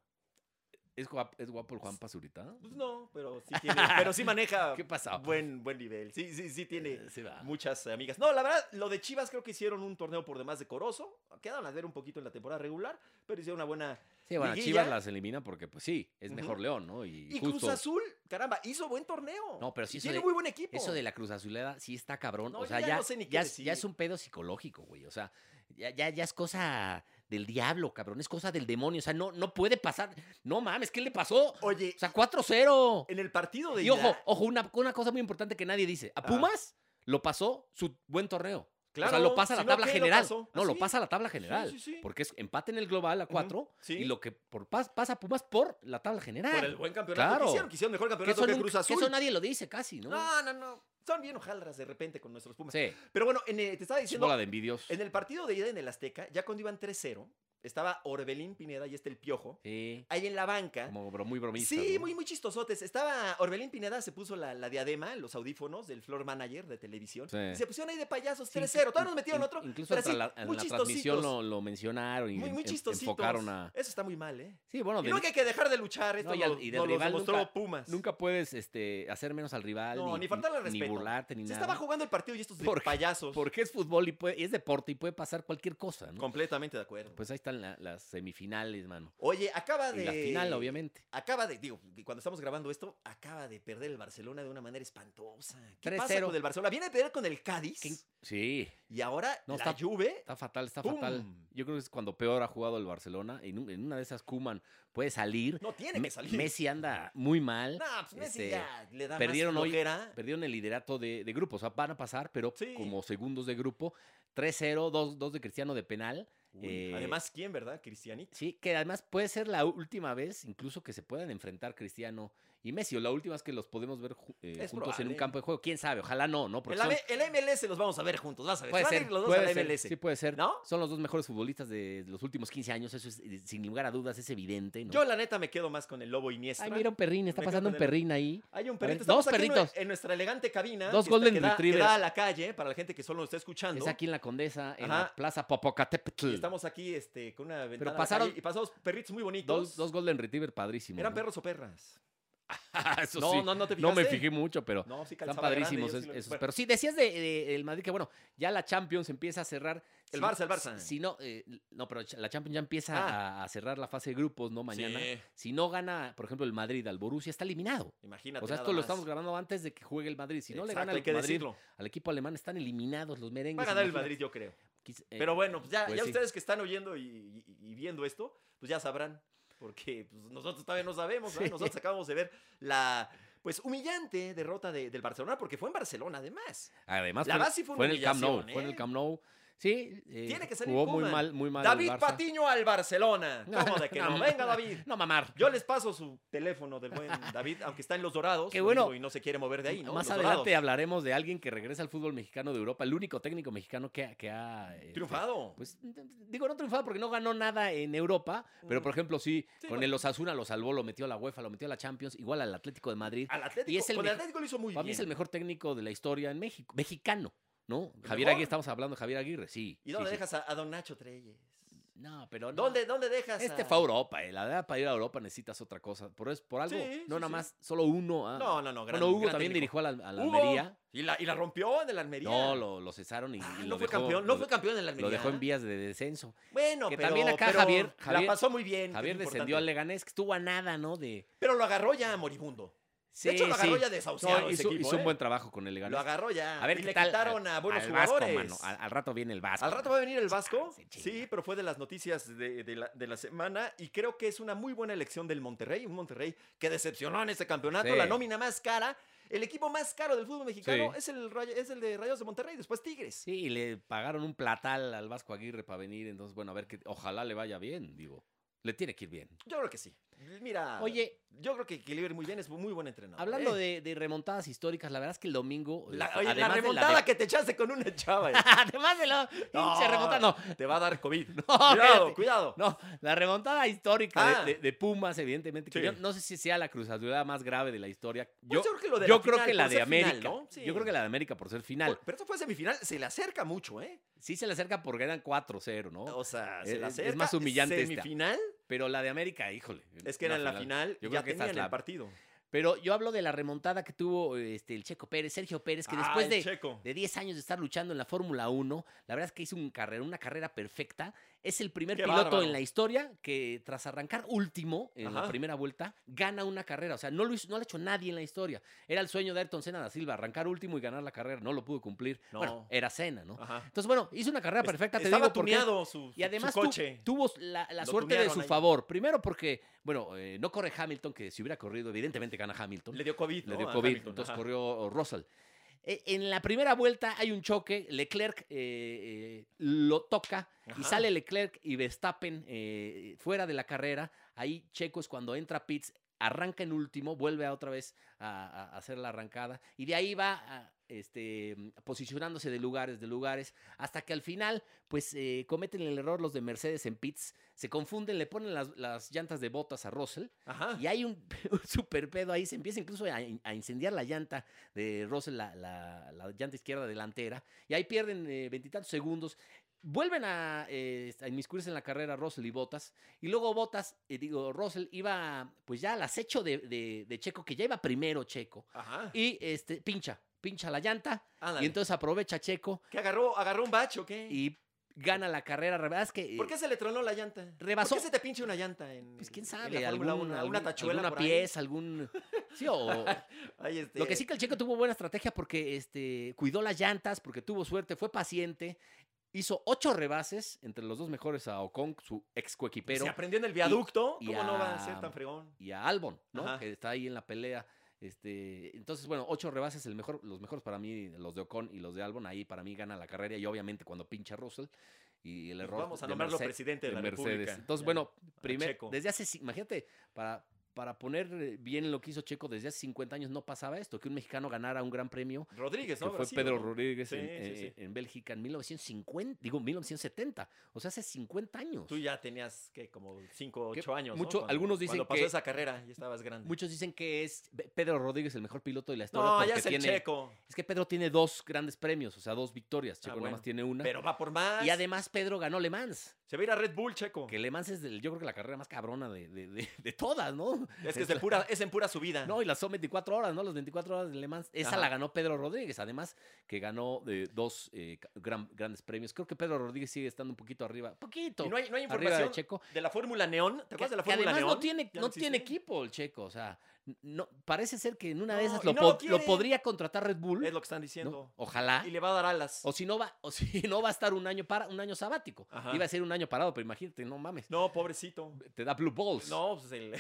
[SPEAKER 2] ¿Es guap- es guapo, el Juan Pazurita?
[SPEAKER 1] Pues no, pero sí, tiene- pero sí maneja
[SPEAKER 2] ¿Qué ah, pues. pasa?
[SPEAKER 1] buen, buen nivel. Sí, sí, sí Ah, tiene
[SPEAKER 2] Se va.
[SPEAKER 1] muchas eh, amigas. No, la verdad, lo de Chivas creo que hicieron un torneo por demás decoroso. Quedaron a ver un poquito en la temporada regular, pero hicieron una buena...
[SPEAKER 2] Sí, bueno, a
[SPEAKER 1] Liguilla.
[SPEAKER 2] Chivas las elimina porque, pues sí, es
[SPEAKER 1] Ujú.
[SPEAKER 2] mejor León, ¿no? Y,
[SPEAKER 1] Y
[SPEAKER 2] justo.
[SPEAKER 1] Cruz Azul, caramba, hizo buen torneo.
[SPEAKER 2] No, pero
[SPEAKER 1] Y
[SPEAKER 2] sí eso
[SPEAKER 1] tiene
[SPEAKER 2] de-
[SPEAKER 1] muy buen equipo.
[SPEAKER 2] Eso de la Cruz Azulera sí está cabrón.
[SPEAKER 1] No,
[SPEAKER 2] o
[SPEAKER 1] yo
[SPEAKER 2] sea,
[SPEAKER 1] ya
[SPEAKER 2] ya,
[SPEAKER 1] no sé ni qué
[SPEAKER 2] ya es, ya
[SPEAKER 1] decir.
[SPEAKER 2] es un pedo psicológico, güey. O sea, ya, ya, ya es cosa del diablo, cabrón. Es cosa del demonio. O sea, no, no puede pasar. No mames, ¿qué le pasó? O
[SPEAKER 1] Oye,
[SPEAKER 2] sea, 4-0.
[SPEAKER 1] en el partido de
[SPEAKER 2] Y ojo,
[SPEAKER 1] ida-
[SPEAKER 2] ojo, una, una cosa muy importante que nadie dice. A
[SPEAKER 1] Ah.
[SPEAKER 2] Pumas lo pasó su buen torneo. o sea,
[SPEAKER 1] Claro,
[SPEAKER 2] lo pasa a
[SPEAKER 1] si
[SPEAKER 2] la
[SPEAKER 1] no,
[SPEAKER 2] tabla
[SPEAKER 1] ¿qué lo
[SPEAKER 2] general.
[SPEAKER 1] pasó?
[SPEAKER 2] no,
[SPEAKER 1] ¿Ah,
[SPEAKER 2] lo
[SPEAKER 1] sí?
[SPEAKER 2] pasa a la tabla general.
[SPEAKER 1] sí, sí.
[SPEAKER 2] Porque es empate en el global a 4
[SPEAKER 1] sí.
[SPEAKER 2] y lo que por, pas- pasa Pumas por la tabla general.
[SPEAKER 1] por el buen campeonato
[SPEAKER 2] Claro.
[SPEAKER 1] que hicieron, que hicieron mejor
[SPEAKER 2] que
[SPEAKER 1] campeonato
[SPEAKER 2] eso,
[SPEAKER 1] que,
[SPEAKER 2] nunca-
[SPEAKER 1] Cruz
[SPEAKER 2] que
[SPEAKER 1] Azul.
[SPEAKER 2] eso nadie lo dice casi, ¿no?
[SPEAKER 1] No, no, no. Son bien ojalras de repente con nuestros Pumas.
[SPEAKER 2] sí,
[SPEAKER 1] Pero bueno, en, eh, te estaba
[SPEAKER 2] es
[SPEAKER 1] diciendo,
[SPEAKER 2] bola de envidios.
[SPEAKER 1] en el partido de ida en el Azteca, ya cuando iban 3-0, estaba Orbelín Pineda y este el Piojo,
[SPEAKER 2] Sí,
[SPEAKER 1] ahí en la banca.
[SPEAKER 2] como bro- muy bromista.
[SPEAKER 1] ¿Eh? Sí,
[SPEAKER 2] ¿no?
[SPEAKER 1] muy, muy chistosotes. Estaba Orbelín Pineda, se puso la, la diadema, los audífonos del floor manager de televisión.
[SPEAKER 2] Sí.
[SPEAKER 1] Y se pusieron ahí de payasos
[SPEAKER 2] Sí,
[SPEAKER 1] 3-0.
[SPEAKER 2] in-
[SPEAKER 1] Todavía nos metieron
[SPEAKER 2] in-
[SPEAKER 1] otro.
[SPEAKER 2] Incluso
[SPEAKER 1] pero
[SPEAKER 2] hasta
[SPEAKER 1] así,
[SPEAKER 2] la, en
[SPEAKER 1] muy
[SPEAKER 2] la transmisión
[SPEAKER 1] chistositos,
[SPEAKER 2] lo, lo mencionaron y
[SPEAKER 1] Muy,
[SPEAKER 2] en-
[SPEAKER 1] muy
[SPEAKER 2] en-
[SPEAKER 1] chistositos.
[SPEAKER 2] enfocaron a.
[SPEAKER 1] Eso está muy mal, ¿eh?
[SPEAKER 2] Sí, bueno,
[SPEAKER 1] y
[SPEAKER 2] de-
[SPEAKER 1] nunca hay que dejar de luchar. Esto
[SPEAKER 2] No, y
[SPEAKER 1] lo-
[SPEAKER 2] al- y del
[SPEAKER 1] nos lo
[SPEAKER 2] rival
[SPEAKER 1] demostró
[SPEAKER 2] nunca-
[SPEAKER 1] Pumas.
[SPEAKER 2] nunca puedes este, hacer menos al rival.
[SPEAKER 1] No, ni faltarle al
[SPEAKER 2] Ni
[SPEAKER 1] respeto.
[SPEAKER 2] burlarte, ni
[SPEAKER 1] se
[SPEAKER 2] nada.
[SPEAKER 1] estaba jugando el partido y estos de
[SPEAKER 2] Porque-
[SPEAKER 1] payasos.
[SPEAKER 2] Porque es fútbol y, puede- y es deporte y puede pasar cualquier cosa, ¿no?
[SPEAKER 1] Completamente de acuerdo.
[SPEAKER 2] Pues ahí están la- las semifinales, mano.
[SPEAKER 1] Oye, acaba de.
[SPEAKER 2] Y la final, obviamente.
[SPEAKER 1] Acaba de, digo, cuando estamos grabando esto, acaba de perder el Barcelona de una manera espantosa. ¿Qué pasa
[SPEAKER 2] 3-0.
[SPEAKER 1] con el Barcelona? Viene a perder con el Cádiz
[SPEAKER 2] ¿Qué- Sí,
[SPEAKER 1] y ahora
[SPEAKER 2] No,
[SPEAKER 1] la
[SPEAKER 2] está-
[SPEAKER 1] Juve.
[SPEAKER 2] está fatal, está
[SPEAKER 1] ¡Pum!
[SPEAKER 2] fatal. Yo creo que es cuando peor ha jugado el Barcelona. En, un- en una de esas, Kuman puede salir.
[SPEAKER 1] No tiene
[SPEAKER 2] Me-
[SPEAKER 1] que salir.
[SPEAKER 2] Messi anda muy mal.
[SPEAKER 1] No, pues Messi
[SPEAKER 2] Este,
[SPEAKER 1] ya le da
[SPEAKER 2] perdieron
[SPEAKER 1] más
[SPEAKER 2] hoy-
[SPEAKER 1] flojera.
[SPEAKER 2] Perdieron el liderato de, de grupo. O sea, van a pasar, pero
[SPEAKER 1] Sí.
[SPEAKER 2] como segundos de grupo. 3-0, 2-2 de Cristiano de penal.
[SPEAKER 1] Uy,
[SPEAKER 2] eh,
[SPEAKER 1] Además, ¿quién, verdad? Cristianito.
[SPEAKER 2] Sí, que además puede ser la última vez incluso que se puedan enfrentar Cristiano y Messi, o la última es que los podemos ver ju- eh,
[SPEAKER 1] Es
[SPEAKER 2] juntos en
[SPEAKER 1] probable.
[SPEAKER 2] un campo de juego. ¿Quién sabe? Ojalá no, ¿no? Porque
[SPEAKER 1] El,
[SPEAKER 2] son-
[SPEAKER 1] AME el MLS los vamos a ver juntos, vas a ver.
[SPEAKER 2] puede
[SPEAKER 1] Se van a
[SPEAKER 2] ser,
[SPEAKER 1] ir los dos
[SPEAKER 2] puede
[SPEAKER 1] a la
[SPEAKER 2] ser,
[SPEAKER 1] MLS.
[SPEAKER 2] sí puede ser.
[SPEAKER 1] ¿No?
[SPEAKER 2] Son los dos mejores futbolistas de los últimos 15 años, eso es eh, sin lugar a dudas, es evidente. ¿no?
[SPEAKER 1] Yo, la neta, me quedo más con el Lobo Iniesta.
[SPEAKER 2] Ay, mira un perrín, está
[SPEAKER 1] Me
[SPEAKER 2] pasando
[SPEAKER 1] quedo
[SPEAKER 2] un
[SPEAKER 1] con el-
[SPEAKER 2] perrín ahí.
[SPEAKER 1] Hay un
[SPEAKER 2] A ver,
[SPEAKER 1] perrito.
[SPEAKER 2] dos
[SPEAKER 1] Estamos aquí en nue-
[SPEAKER 2] perritos.
[SPEAKER 1] En, nuestra elegante cabina.
[SPEAKER 2] Dos
[SPEAKER 1] que está-
[SPEAKER 2] Golden
[SPEAKER 1] que da-
[SPEAKER 2] Retrievers.
[SPEAKER 1] Que da a la calle, ¿eh? para la gente que solo nos está escuchando.
[SPEAKER 2] Es aquí en la Condesa, en la
[SPEAKER 1] Ajá.
[SPEAKER 2] Plaza Popocatépetl.
[SPEAKER 1] Y estamos aquí este, con una ventana. a la
[SPEAKER 2] pasaron-
[SPEAKER 1] calle y pasamos perritos muy bonitos.
[SPEAKER 2] dos, dos Golden Retriever padrísimos.
[SPEAKER 1] ¿Eran
[SPEAKER 2] ¿no? Ah,
[SPEAKER 1] perros o perras?
[SPEAKER 2] Eso
[SPEAKER 1] no,
[SPEAKER 2] sí.
[SPEAKER 1] no, no te
[SPEAKER 2] No me
[SPEAKER 1] fijaste.
[SPEAKER 2] fijé mucho, pero
[SPEAKER 1] No, sí,
[SPEAKER 2] Están
[SPEAKER 1] calzaba grande,
[SPEAKER 2] padrísimos
[SPEAKER 1] yo
[SPEAKER 2] es-
[SPEAKER 1] sí lo-
[SPEAKER 2] esos.
[SPEAKER 1] bueno,
[SPEAKER 2] Pero sí, decías de, de- del Madrid que, bueno, ya la Champions empieza a cerrar.
[SPEAKER 1] El
[SPEAKER 2] Si-
[SPEAKER 1] Barça, el Barça. Ah.
[SPEAKER 2] Si no, eh, no, pero la Champions ya empieza a- a, cerrar la fase de grupos, ¿no? Mañana.
[SPEAKER 1] sí,
[SPEAKER 2] Si no gana, por ejemplo, el Madrid al Borussia, está eliminado.
[SPEAKER 1] Imagínate.
[SPEAKER 2] o sea,
[SPEAKER 1] nada
[SPEAKER 2] esto lo
[SPEAKER 1] más.
[SPEAKER 2] estamos grabando antes de que juegue el Madrid. Si no le gana
[SPEAKER 1] Exacto, hay
[SPEAKER 2] el
[SPEAKER 1] que
[SPEAKER 2] Madrid
[SPEAKER 1] decirlo.
[SPEAKER 2] al equipo alemán, están eliminados los merengues.
[SPEAKER 1] Va a ganar el
[SPEAKER 2] Pues imagínate.
[SPEAKER 1] Madrid, yo creo.
[SPEAKER 2] Quis- eh,
[SPEAKER 1] Pero bueno, pues ya,
[SPEAKER 2] pues
[SPEAKER 1] ya
[SPEAKER 2] sí.
[SPEAKER 1] ustedes que están oyendo y, y- y viendo esto, pues ya sabrán. Porque pues, nosotros todavía no sabemos, ¿verdad?
[SPEAKER 2] Sí.
[SPEAKER 1] Nosotros acabamos de ver la pues humillante derrota de- del Barcelona, porque fue en Barcelona además.
[SPEAKER 2] Además,
[SPEAKER 1] La
[SPEAKER 2] fue,
[SPEAKER 1] verdad sí fue una
[SPEAKER 2] fue en el Camp Nou.
[SPEAKER 1] humillación,
[SPEAKER 2] Fue en
[SPEAKER 1] ¿eh?
[SPEAKER 2] el Camp Nou. Sí, eh,
[SPEAKER 1] Tiene que salir
[SPEAKER 2] jugó muy
[SPEAKER 1] Koeman.
[SPEAKER 2] mal, muy mal. el
[SPEAKER 1] David
[SPEAKER 2] Barça.
[SPEAKER 1] Patiño al Barcelona.
[SPEAKER 2] No,
[SPEAKER 1] ¿Cómo
[SPEAKER 2] no,
[SPEAKER 1] de que
[SPEAKER 2] no,
[SPEAKER 1] no?
[SPEAKER 2] no.
[SPEAKER 1] Venga, David.
[SPEAKER 2] No mamar.
[SPEAKER 1] Yo les paso su teléfono del buen David, aunque está en Los Dorados.
[SPEAKER 2] Qué
[SPEAKER 1] lo
[SPEAKER 2] bueno.
[SPEAKER 1] digo, Y no se quiere mover de ahí, ¿no?
[SPEAKER 2] Más
[SPEAKER 1] Los
[SPEAKER 2] adelante
[SPEAKER 1] Dorados.
[SPEAKER 2] hablaremos de alguien que regresa al fútbol mexicano de Europa, el único técnico mexicano que, ha- que ha... eh,
[SPEAKER 1] Triunfado.
[SPEAKER 2] Pues d- d- digo, no triunfado porque no ganó nada en Europa, pero por ejemplo sí,
[SPEAKER 1] Mm. Sí,
[SPEAKER 2] con
[SPEAKER 1] bueno.
[SPEAKER 2] el Osasuna lo salvó, lo metió a la UEFA, lo metió a la Champions, igual al Atlético de Madrid.
[SPEAKER 1] al Atlético.
[SPEAKER 2] y es el
[SPEAKER 1] con el
[SPEAKER 2] mejo-
[SPEAKER 1] Atlético lo hizo Ah, muy
[SPEAKER 2] Para mí
[SPEAKER 1] bien.
[SPEAKER 2] es el mejor técnico de la historia en México, mexicano, ¿no?
[SPEAKER 1] ¿El
[SPEAKER 2] Javier
[SPEAKER 1] mejor?
[SPEAKER 2] Aguirre, estamos hablando de Javier Aguirre, sí.
[SPEAKER 1] ¿Y dónde
[SPEAKER 2] sí, sí.
[SPEAKER 1] dejas a, a Don Nacho Treyes?
[SPEAKER 2] No, pero no.
[SPEAKER 1] ¿Dónde, dónde dejas
[SPEAKER 2] Este
[SPEAKER 1] a-
[SPEAKER 2] fue a Europa, eh. la verdad, para ir a Europa necesitas otra cosa. Por, es, por algo,
[SPEAKER 1] Sí,
[SPEAKER 2] no
[SPEAKER 1] sí,
[SPEAKER 2] nada
[SPEAKER 1] sí.
[SPEAKER 2] más, solo uno. ah.
[SPEAKER 1] No, no, no. gran-
[SPEAKER 2] bueno, Hugo
[SPEAKER 1] gran
[SPEAKER 2] también
[SPEAKER 1] técnico.
[SPEAKER 2] dirigió a la, a la
[SPEAKER 1] Hugo,
[SPEAKER 2] Almería.
[SPEAKER 1] Y la, y la rompió en el Almería.
[SPEAKER 2] No, lo, lo cesaron y, y
[SPEAKER 1] Ah,
[SPEAKER 2] lo
[SPEAKER 1] no fue
[SPEAKER 2] dejó-
[SPEAKER 1] campeón. No
[SPEAKER 2] lo-
[SPEAKER 1] fue campeón ¿eh? en el Almería.
[SPEAKER 2] Lo dejó en vías de descenso.
[SPEAKER 1] Bueno,
[SPEAKER 2] Que
[SPEAKER 1] pero,
[SPEAKER 2] también acá
[SPEAKER 1] pero
[SPEAKER 2] Javier- Javier-
[SPEAKER 1] la pasó muy bien. que es
[SPEAKER 2] Javier descendió
[SPEAKER 1] importante.
[SPEAKER 2] al Leganés, que estuvo a nada, ¿no? De,
[SPEAKER 1] Pero lo agarró ya moribundo. de hecho, lo agarró ya desahuciado
[SPEAKER 2] No,
[SPEAKER 1] ese
[SPEAKER 2] hizo,
[SPEAKER 1] equipo,
[SPEAKER 2] hizo
[SPEAKER 1] ¿eh?
[SPEAKER 2] un buen trabajo con el Leganés.
[SPEAKER 1] Lo agarró ya.
[SPEAKER 2] a ver
[SPEAKER 1] y
[SPEAKER 2] qué
[SPEAKER 1] le
[SPEAKER 2] tal.
[SPEAKER 1] quitaron a
[SPEAKER 2] al-
[SPEAKER 1] buenos
[SPEAKER 2] al Vasco,
[SPEAKER 1] jugadores.
[SPEAKER 2] mano. Al, al rato viene el Vasco.
[SPEAKER 1] Al rato va a venir el Vasco.
[SPEAKER 2] se chinga.
[SPEAKER 1] Sí, pero fue de las noticias de, de la, de la semana y creo que es una muy buena elección del Monterrey. Un Monterrey que decepcionó en este campeonato.
[SPEAKER 2] Sí.
[SPEAKER 1] La nómina más cara. El equipo más caro del fútbol mexicano
[SPEAKER 2] Sí.
[SPEAKER 1] es, el, Ray- es el de Rayos de Monterrey, después Tigres.
[SPEAKER 2] Sí, y le pagaron un platal al Vasco Aguirre para venir. Entonces, bueno, a ver, que, ojalá le vaya bien, digo. Le tiene que ir bien.
[SPEAKER 1] Yo creo que sí. Mira,
[SPEAKER 2] Oye.
[SPEAKER 1] yo creo que Kiliber muy bien es muy buen entrenador.
[SPEAKER 2] Hablando
[SPEAKER 1] Ah, ¿eh?
[SPEAKER 2] de, de remontadas históricas, la verdad es que el domingo.
[SPEAKER 1] la,
[SPEAKER 2] este,
[SPEAKER 1] oye, la
[SPEAKER 2] además de
[SPEAKER 1] remontada
[SPEAKER 2] de-
[SPEAKER 1] que te echaste con una chava. ¿eh?
[SPEAKER 2] además de la
[SPEAKER 1] No.
[SPEAKER 2] pinche remontada. No,
[SPEAKER 1] te va a dar COVID.
[SPEAKER 2] fíjate.
[SPEAKER 1] cuidado, cuidado.
[SPEAKER 2] No, la remontada histórica
[SPEAKER 1] Ah.
[SPEAKER 2] de, de- de Pumas, evidentemente. que
[SPEAKER 1] Sí.
[SPEAKER 2] yo no sé si sea la cruzadura más grave de la historia. Yo,
[SPEAKER 1] Pues yo creo que lo de
[SPEAKER 2] yo
[SPEAKER 1] la
[SPEAKER 2] creo
[SPEAKER 1] final,
[SPEAKER 2] que la
[SPEAKER 1] por
[SPEAKER 2] de
[SPEAKER 1] ser final,
[SPEAKER 2] América.
[SPEAKER 1] ¿no? Sí.
[SPEAKER 2] Yo creo que la de América por ser final.
[SPEAKER 1] Por- Pero esto fue semifinal, se le acerca mucho, ¿eh?
[SPEAKER 2] Sí se le acerca porque eran 4-0, ¿no?
[SPEAKER 1] O sea,
[SPEAKER 2] Es-
[SPEAKER 1] se le
[SPEAKER 2] es
[SPEAKER 1] acerca.
[SPEAKER 2] más humillante esta.
[SPEAKER 1] Semifinal,
[SPEAKER 2] Pero la de América, híjole.
[SPEAKER 1] es que era
[SPEAKER 2] una
[SPEAKER 1] en la final,
[SPEAKER 2] Yo creo
[SPEAKER 1] ya
[SPEAKER 2] que esta es
[SPEAKER 1] tenían
[SPEAKER 2] la-
[SPEAKER 1] el partido.
[SPEAKER 2] Pero yo hablo de la remontada que tuvo este, el Checo Pérez, Sergio Pérez, que
[SPEAKER 1] Ah,
[SPEAKER 2] después
[SPEAKER 1] el
[SPEAKER 2] de,
[SPEAKER 1] Checo.
[SPEAKER 2] de 10 años de estar luchando en la Fórmula 1, la verdad es que hizo un carrera, una carrera perfecta. Es el primer
[SPEAKER 1] Qué
[SPEAKER 2] piloto
[SPEAKER 1] bárbaro.
[SPEAKER 2] en la historia que tras arrancar último en la
[SPEAKER 1] Ajá.
[SPEAKER 2] primera vuelta, gana una carrera. O sea, no lo, hizo- no lo ha hecho nadie en la historia. Era el sueño de Ayrton Senna da Silva, arrancar último y ganar la carrera. No lo pudo cumplir.
[SPEAKER 1] No.
[SPEAKER 2] Bueno, era Senna, ¿no?
[SPEAKER 1] Ajá.
[SPEAKER 2] Entonces, bueno, hizo una carrera perfecta, te
[SPEAKER 1] Estaba
[SPEAKER 2] digo, porque-
[SPEAKER 1] tuneado su,
[SPEAKER 2] y además
[SPEAKER 1] su
[SPEAKER 2] tu-
[SPEAKER 1] coche.
[SPEAKER 2] tuvo la, la
[SPEAKER 1] Lo
[SPEAKER 2] suerte de
[SPEAKER 1] tunearon
[SPEAKER 2] su
[SPEAKER 1] ahí.
[SPEAKER 2] favor. Primero porque, bueno, eh, no corre Hamilton, que si hubiera corrido, evidentemente gana Hamilton.
[SPEAKER 1] le dio COVID.
[SPEAKER 2] Le
[SPEAKER 1] ¿no?
[SPEAKER 2] dio
[SPEAKER 1] a
[SPEAKER 2] COVID,
[SPEAKER 1] Hamilton,
[SPEAKER 2] entonces
[SPEAKER 1] ajá.
[SPEAKER 2] corrió Russell. Eh, En la primera vuelta hay un choque, Leclerc eh, eh, lo toca y
[SPEAKER 1] Ajá.
[SPEAKER 2] sale Leclerc y Verstappen eh, fuera de la carrera. Ahí Checo es cuando entra Pitts, arranca en último, vuelve a otra vez a, a- a hacer la arrancada y de ahí va a, este, posicionándose de lugares, de lugares, hasta que al final pues eh, cometen el error los de Mercedes en Pitts, se confunden, le ponen las- las llantas de botas a Russell
[SPEAKER 1] Ajá.
[SPEAKER 2] y hay un, un super pedo ahí, se empieza incluso a, in- a incendiar la llanta de Russell, la, la- la llanta izquierda delantera, y ahí pierden eh, veintitantos segundos. Vuelven a, eh, a inmiscuirse en la carrera Russell y Botas, y luego Botas, eh, digo, Russell iba pues ya al acecho de, de- de Checo, que ya iba primero Checo,
[SPEAKER 1] Ajá.
[SPEAKER 2] y este, pincha, pincha la llanta,
[SPEAKER 1] Ándale.
[SPEAKER 2] y entonces aprovecha Checo
[SPEAKER 1] ¿Qué agarró? ¿Agarró un bache o qué?
[SPEAKER 2] y gana la carrera. La verdad es que. eh,
[SPEAKER 1] ¿Por qué se le tronó la llanta?
[SPEAKER 2] rebasó-
[SPEAKER 1] ¿Por qué se te pinche una llanta en
[SPEAKER 2] Pues quién
[SPEAKER 1] en
[SPEAKER 2] sabe,
[SPEAKER 1] la Fórmula
[SPEAKER 2] alguna,
[SPEAKER 1] 1? alguna tachuela
[SPEAKER 2] alguna
[SPEAKER 1] por ahí?
[SPEAKER 2] pieza, algún... Sí, o,
[SPEAKER 1] Ay, este,
[SPEAKER 2] Lo que sí que el Checo tuvo buena estrategia porque este, cuidó las llantas, porque tuvo suerte, fue paciente, hizo ocho rebases entre los dos mejores a Ocon, su ex coequipero,
[SPEAKER 1] se aprendió en el viaducto,
[SPEAKER 2] y
[SPEAKER 1] ¿cómo no va a
[SPEAKER 2] a-
[SPEAKER 1] ser tan fregón?
[SPEAKER 2] y a Albon, ¿no?
[SPEAKER 1] Ajá.
[SPEAKER 2] Que está ahí en la pelea. Este, entonces, bueno, ocho rebases, el mejor, los mejores para mí, los de Ocon y los de Albon, ahí para mí gana la carrera y obviamente cuando pincha Russell y el
[SPEAKER 1] Pues
[SPEAKER 2] error
[SPEAKER 1] Vamos a
[SPEAKER 2] de
[SPEAKER 1] nombrarlo
[SPEAKER 2] Mercedes-
[SPEAKER 1] presidente de,
[SPEAKER 2] de
[SPEAKER 1] la
[SPEAKER 2] Mercedes.
[SPEAKER 1] República.
[SPEAKER 2] Entonces,
[SPEAKER 1] Ya,
[SPEAKER 2] bueno,
[SPEAKER 1] a
[SPEAKER 2] primer-
[SPEAKER 1] Checo.
[SPEAKER 2] desde hace, ci- imagínate, para, para poner eh, bien lo que hizo Checo, desde hace 50 años no pasaba esto, que un mexicano ganara un gran premio
[SPEAKER 1] Rodríguez,
[SPEAKER 2] que
[SPEAKER 1] ¿no?
[SPEAKER 2] fue
[SPEAKER 1] Brasil,
[SPEAKER 2] Pedro
[SPEAKER 1] ¿no?
[SPEAKER 2] Rodríguez en,
[SPEAKER 1] Sí, sí,
[SPEAKER 2] eh, en Bélgica en 1950, digo 1970, o sea, hace 50 años.
[SPEAKER 1] Tú ya tenías, ¿qué? Como 5
[SPEAKER 2] Que
[SPEAKER 1] 8 años, ¿no?
[SPEAKER 2] Pues mucho- algunos dicen
[SPEAKER 1] cuando
[SPEAKER 2] que-
[SPEAKER 1] pasó esa carrera, ya estabas grande.
[SPEAKER 2] Muchos dicen que es Pe- Pedro Rodríguez el mejor piloto de la historia.
[SPEAKER 1] no,
[SPEAKER 2] porque
[SPEAKER 1] ya es el
[SPEAKER 2] tiene,
[SPEAKER 1] checo, Ah,
[SPEAKER 2] Es que Pedro tiene dos grandes premios, o sea, dos victorias. Checo nada
[SPEAKER 1] bueno,
[SPEAKER 2] más tiene una.
[SPEAKER 1] pero va por más.
[SPEAKER 2] y además Pedro ganó Le Mans,
[SPEAKER 1] se va a ir a Red Bull, checo.
[SPEAKER 2] que Le Mans es, del- yo creo que la carrera más cabrona de, de- de- de todas, ¿no?
[SPEAKER 1] es que es,
[SPEAKER 2] la-
[SPEAKER 1] de pura, es en pura subida.
[SPEAKER 2] No, y las son 24 horas, ¿no? Las 24 horas de Le Mans. Esa
[SPEAKER 1] Ajá.
[SPEAKER 2] la ganó Pedro Rodríguez, además que ganó eh, dos eh, ca- gran- grandes premios. Creo que Pedro Rodríguez sigue estando un poquito arriba. Poquito.
[SPEAKER 1] y no hay, no hay
[SPEAKER 2] arriba de
[SPEAKER 1] información de,
[SPEAKER 2] Checo.
[SPEAKER 1] la Fórmula Neón. ¿Te
[SPEAKER 2] Que,
[SPEAKER 1] acuerdas de la
[SPEAKER 2] que
[SPEAKER 1] Fórmula
[SPEAKER 2] además
[SPEAKER 1] Neón?
[SPEAKER 2] no tiene,
[SPEAKER 1] ¿Ya
[SPEAKER 2] no tiene
[SPEAKER 1] existe?
[SPEAKER 2] equipo el checo, o sea, no, parece ser que en una de
[SPEAKER 1] No,
[SPEAKER 2] esas
[SPEAKER 1] y
[SPEAKER 2] lo,
[SPEAKER 1] no lo
[SPEAKER 2] pod- lo
[SPEAKER 1] quieren.
[SPEAKER 2] podría contratar Red Bull.
[SPEAKER 1] Es lo que están
[SPEAKER 2] ¿no?
[SPEAKER 1] diciendo.
[SPEAKER 2] Ojalá.
[SPEAKER 1] Y le va a dar alas.
[SPEAKER 2] O si no va, o si no va a estar un año para, un año sabático.
[SPEAKER 1] Ajá.
[SPEAKER 2] Iba a ser un año parado, pero imagínate, no mames.
[SPEAKER 1] No, pobrecito.
[SPEAKER 2] Te da blue balls.
[SPEAKER 1] No, pues el.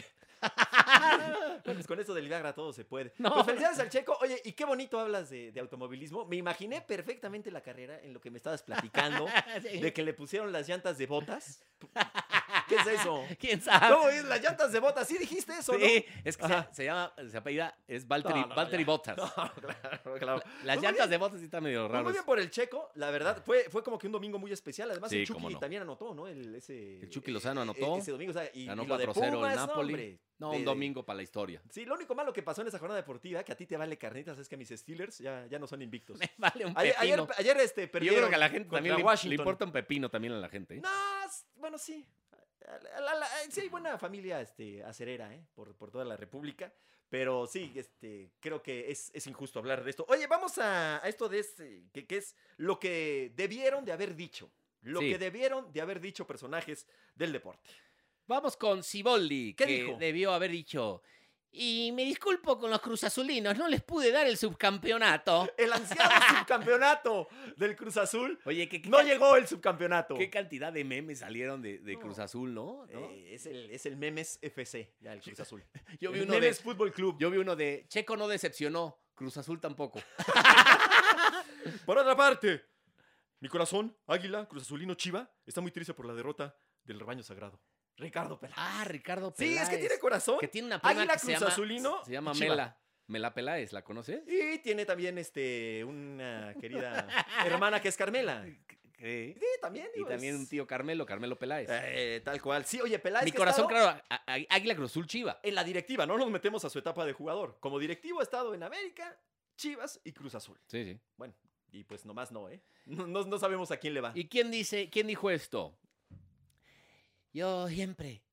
[SPEAKER 1] Pues con eso del Viagra todo se puede.
[SPEAKER 2] No.
[SPEAKER 1] Pues felicidades al Checo. Oye, y qué bonito hablas de, de automovilismo. Me imaginé perfectamente la carrera en lo que me estabas platicando,
[SPEAKER 2] Sí.
[SPEAKER 1] de que le pusieron las llantas de botas. ¿Qué es eso?
[SPEAKER 2] ¿Quién sabe?
[SPEAKER 1] ¿Cómo es las llantas de botas? Sí dijiste eso, ¿no?
[SPEAKER 2] Ah, pues, Sí, es que se,
[SPEAKER 1] Ajá.
[SPEAKER 2] se llama, se apellida, es Valtteri,
[SPEAKER 1] No, no,
[SPEAKER 2] Valtteri
[SPEAKER 1] ya.
[SPEAKER 2] Bottas.
[SPEAKER 1] No, claro, claro.
[SPEAKER 2] Las
[SPEAKER 1] Pues muy
[SPEAKER 2] llantas de Bottas sí están medio
[SPEAKER 1] Pues
[SPEAKER 2] raras.
[SPEAKER 1] Muy bien por el Checo, la verdad, fue, fue como que un domingo muy especial. Además,
[SPEAKER 2] Sí,
[SPEAKER 1] el Chucky
[SPEAKER 2] cómo no.
[SPEAKER 1] también anotó, ¿no? El, ese,
[SPEAKER 2] El Chucky Lozano anotó.
[SPEAKER 1] e- Ese domingo, o sea, y,
[SPEAKER 2] Ganó
[SPEAKER 1] y lo de
[SPEAKER 2] 4-0 el
[SPEAKER 1] Pumas, no,
[SPEAKER 2] Napoli.
[SPEAKER 1] hombre.
[SPEAKER 2] No,
[SPEAKER 1] De-
[SPEAKER 2] un
[SPEAKER 1] de-
[SPEAKER 2] domingo para la historia.
[SPEAKER 1] Sí, lo único malo que pasó en esa jornada deportiva, que a ti te vale carnitas, es que mis Steelers ya, ya no son invictos.
[SPEAKER 2] Me vale un
[SPEAKER 1] Ayer,
[SPEAKER 2] pepino.
[SPEAKER 1] ayer, ayer, este,
[SPEAKER 2] Y yo
[SPEAKER 1] perdieron
[SPEAKER 2] creo que a la gente
[SPEAKER 1] contra
[SPEAKER 2] también le, le
[SPEAKER 1] Washington.
[SPEAKER 2] importa un pepino también a la gente. ¿eh?
[SPEAKER 1] No, s- bueno, sí. La- la- la- sí hay buena familia este, acerera, ¿eh? Por, por toda la república. Pero sí, este, creo que es, es injusto hablar de esto. Oye, vamos a, a esto de este, que, que es lo que debieron de haber dicho. Lo
[SPEAKER 2] Sí.
[SPEAKER 1] que debieron de haber dicho personajes del deporte.
[SPEAKER 2] Vamos con Siboldi,
[SPEAKER 1] ¿Qué
[SPEAKER 2] que
[SPEAKER 1] dijo?
[SPEAKER 2] debió haber dicho. Y me disculpo con los cruzazulinos, no les pude dar el subcampeonato.
[SPEAKER 1] El ansiado subcampeonato del Cruz Azul.
[SPEAKER 2] Oye, ¿qué, qué
[SPEAKER 1] No
[SPEAKER 2] ca-
[SPEAKER 1] llegó el subcampeonato.
[SPEAKER 2] qué cantidad de memes salieron de, de
[SPEAKER 1] No.
[SPEAKER 2] Cruz Azul, ¿no? ¿No?
[SPEAKER 1] Eh, es, el, es el Memes FC, ya el Cruz Azul.
[SPEAKER 2] yo, vi
[SPEAKER 1] El
[SPEAKER 2] uno de,
[SPEAKER 1] Memes Fútbol Club.
[SPEAKER 2] yo vi uno de Checo no decepcionó, Cruz Azul tampoco.
[SPEAKER 1] Por otra parte, mi corazón, águila, cruzazulino, chiva, está muy triste por la derrota del rebaño sagrado. Ricardo Peláez.
[SPEAKER 2] Ah, Ricardo
[SPEAKER 1] Sí,
[SPEAKER 2] Peláez.
[SPEAKER 1] es que tiene corazón.
[SPEAKER 2] que tiene una prima
[SPEAKER 1] Águila
[SPEAKER 2] que se llama,
[SPEAKER 1] Cruzazulino
[SPEAKER 2] se llama
[SPEAKER 1] y Chiva.
[SPEAKER 2] Mela. Mela Peláez, ¿la conoces?
[SPEAKER 1] Y tiene también este una querida hermana que es Carmela. Sí, también.
[SPEAKER 2] Y
[SPEAKER 1] digo,
[SPEAKER 2] también
[SPEAKER 1] es-
[SPEAKER 2] un tío Carmelo, Carmelo Peláez.
[SPEAKER 1] Eh, tal cual. Sí, oye, Peláez.
[SPEAKER 2] Mi
[SPEAKER 1] que ha
[SPEAKER 2] corazón,
[SPEAKER 1] estado
[SPEAKER 2] claro, a- a- Águila Cruzul Chiva.
[SPEAKER 1] En la directiva, no nos metemos a su etapa de jugador. Como directivo ha estado en América, Chivas y Cruz Azul.
[SPEAKER 2] Sí, sí.
[SPEAKER 1] Bueno, y pues nomás no, ¿eh? No, no- no sabemos a quién le va.
[SPEAKER 2] ¿Y quién dice, quién dijo esto? Yo siempre.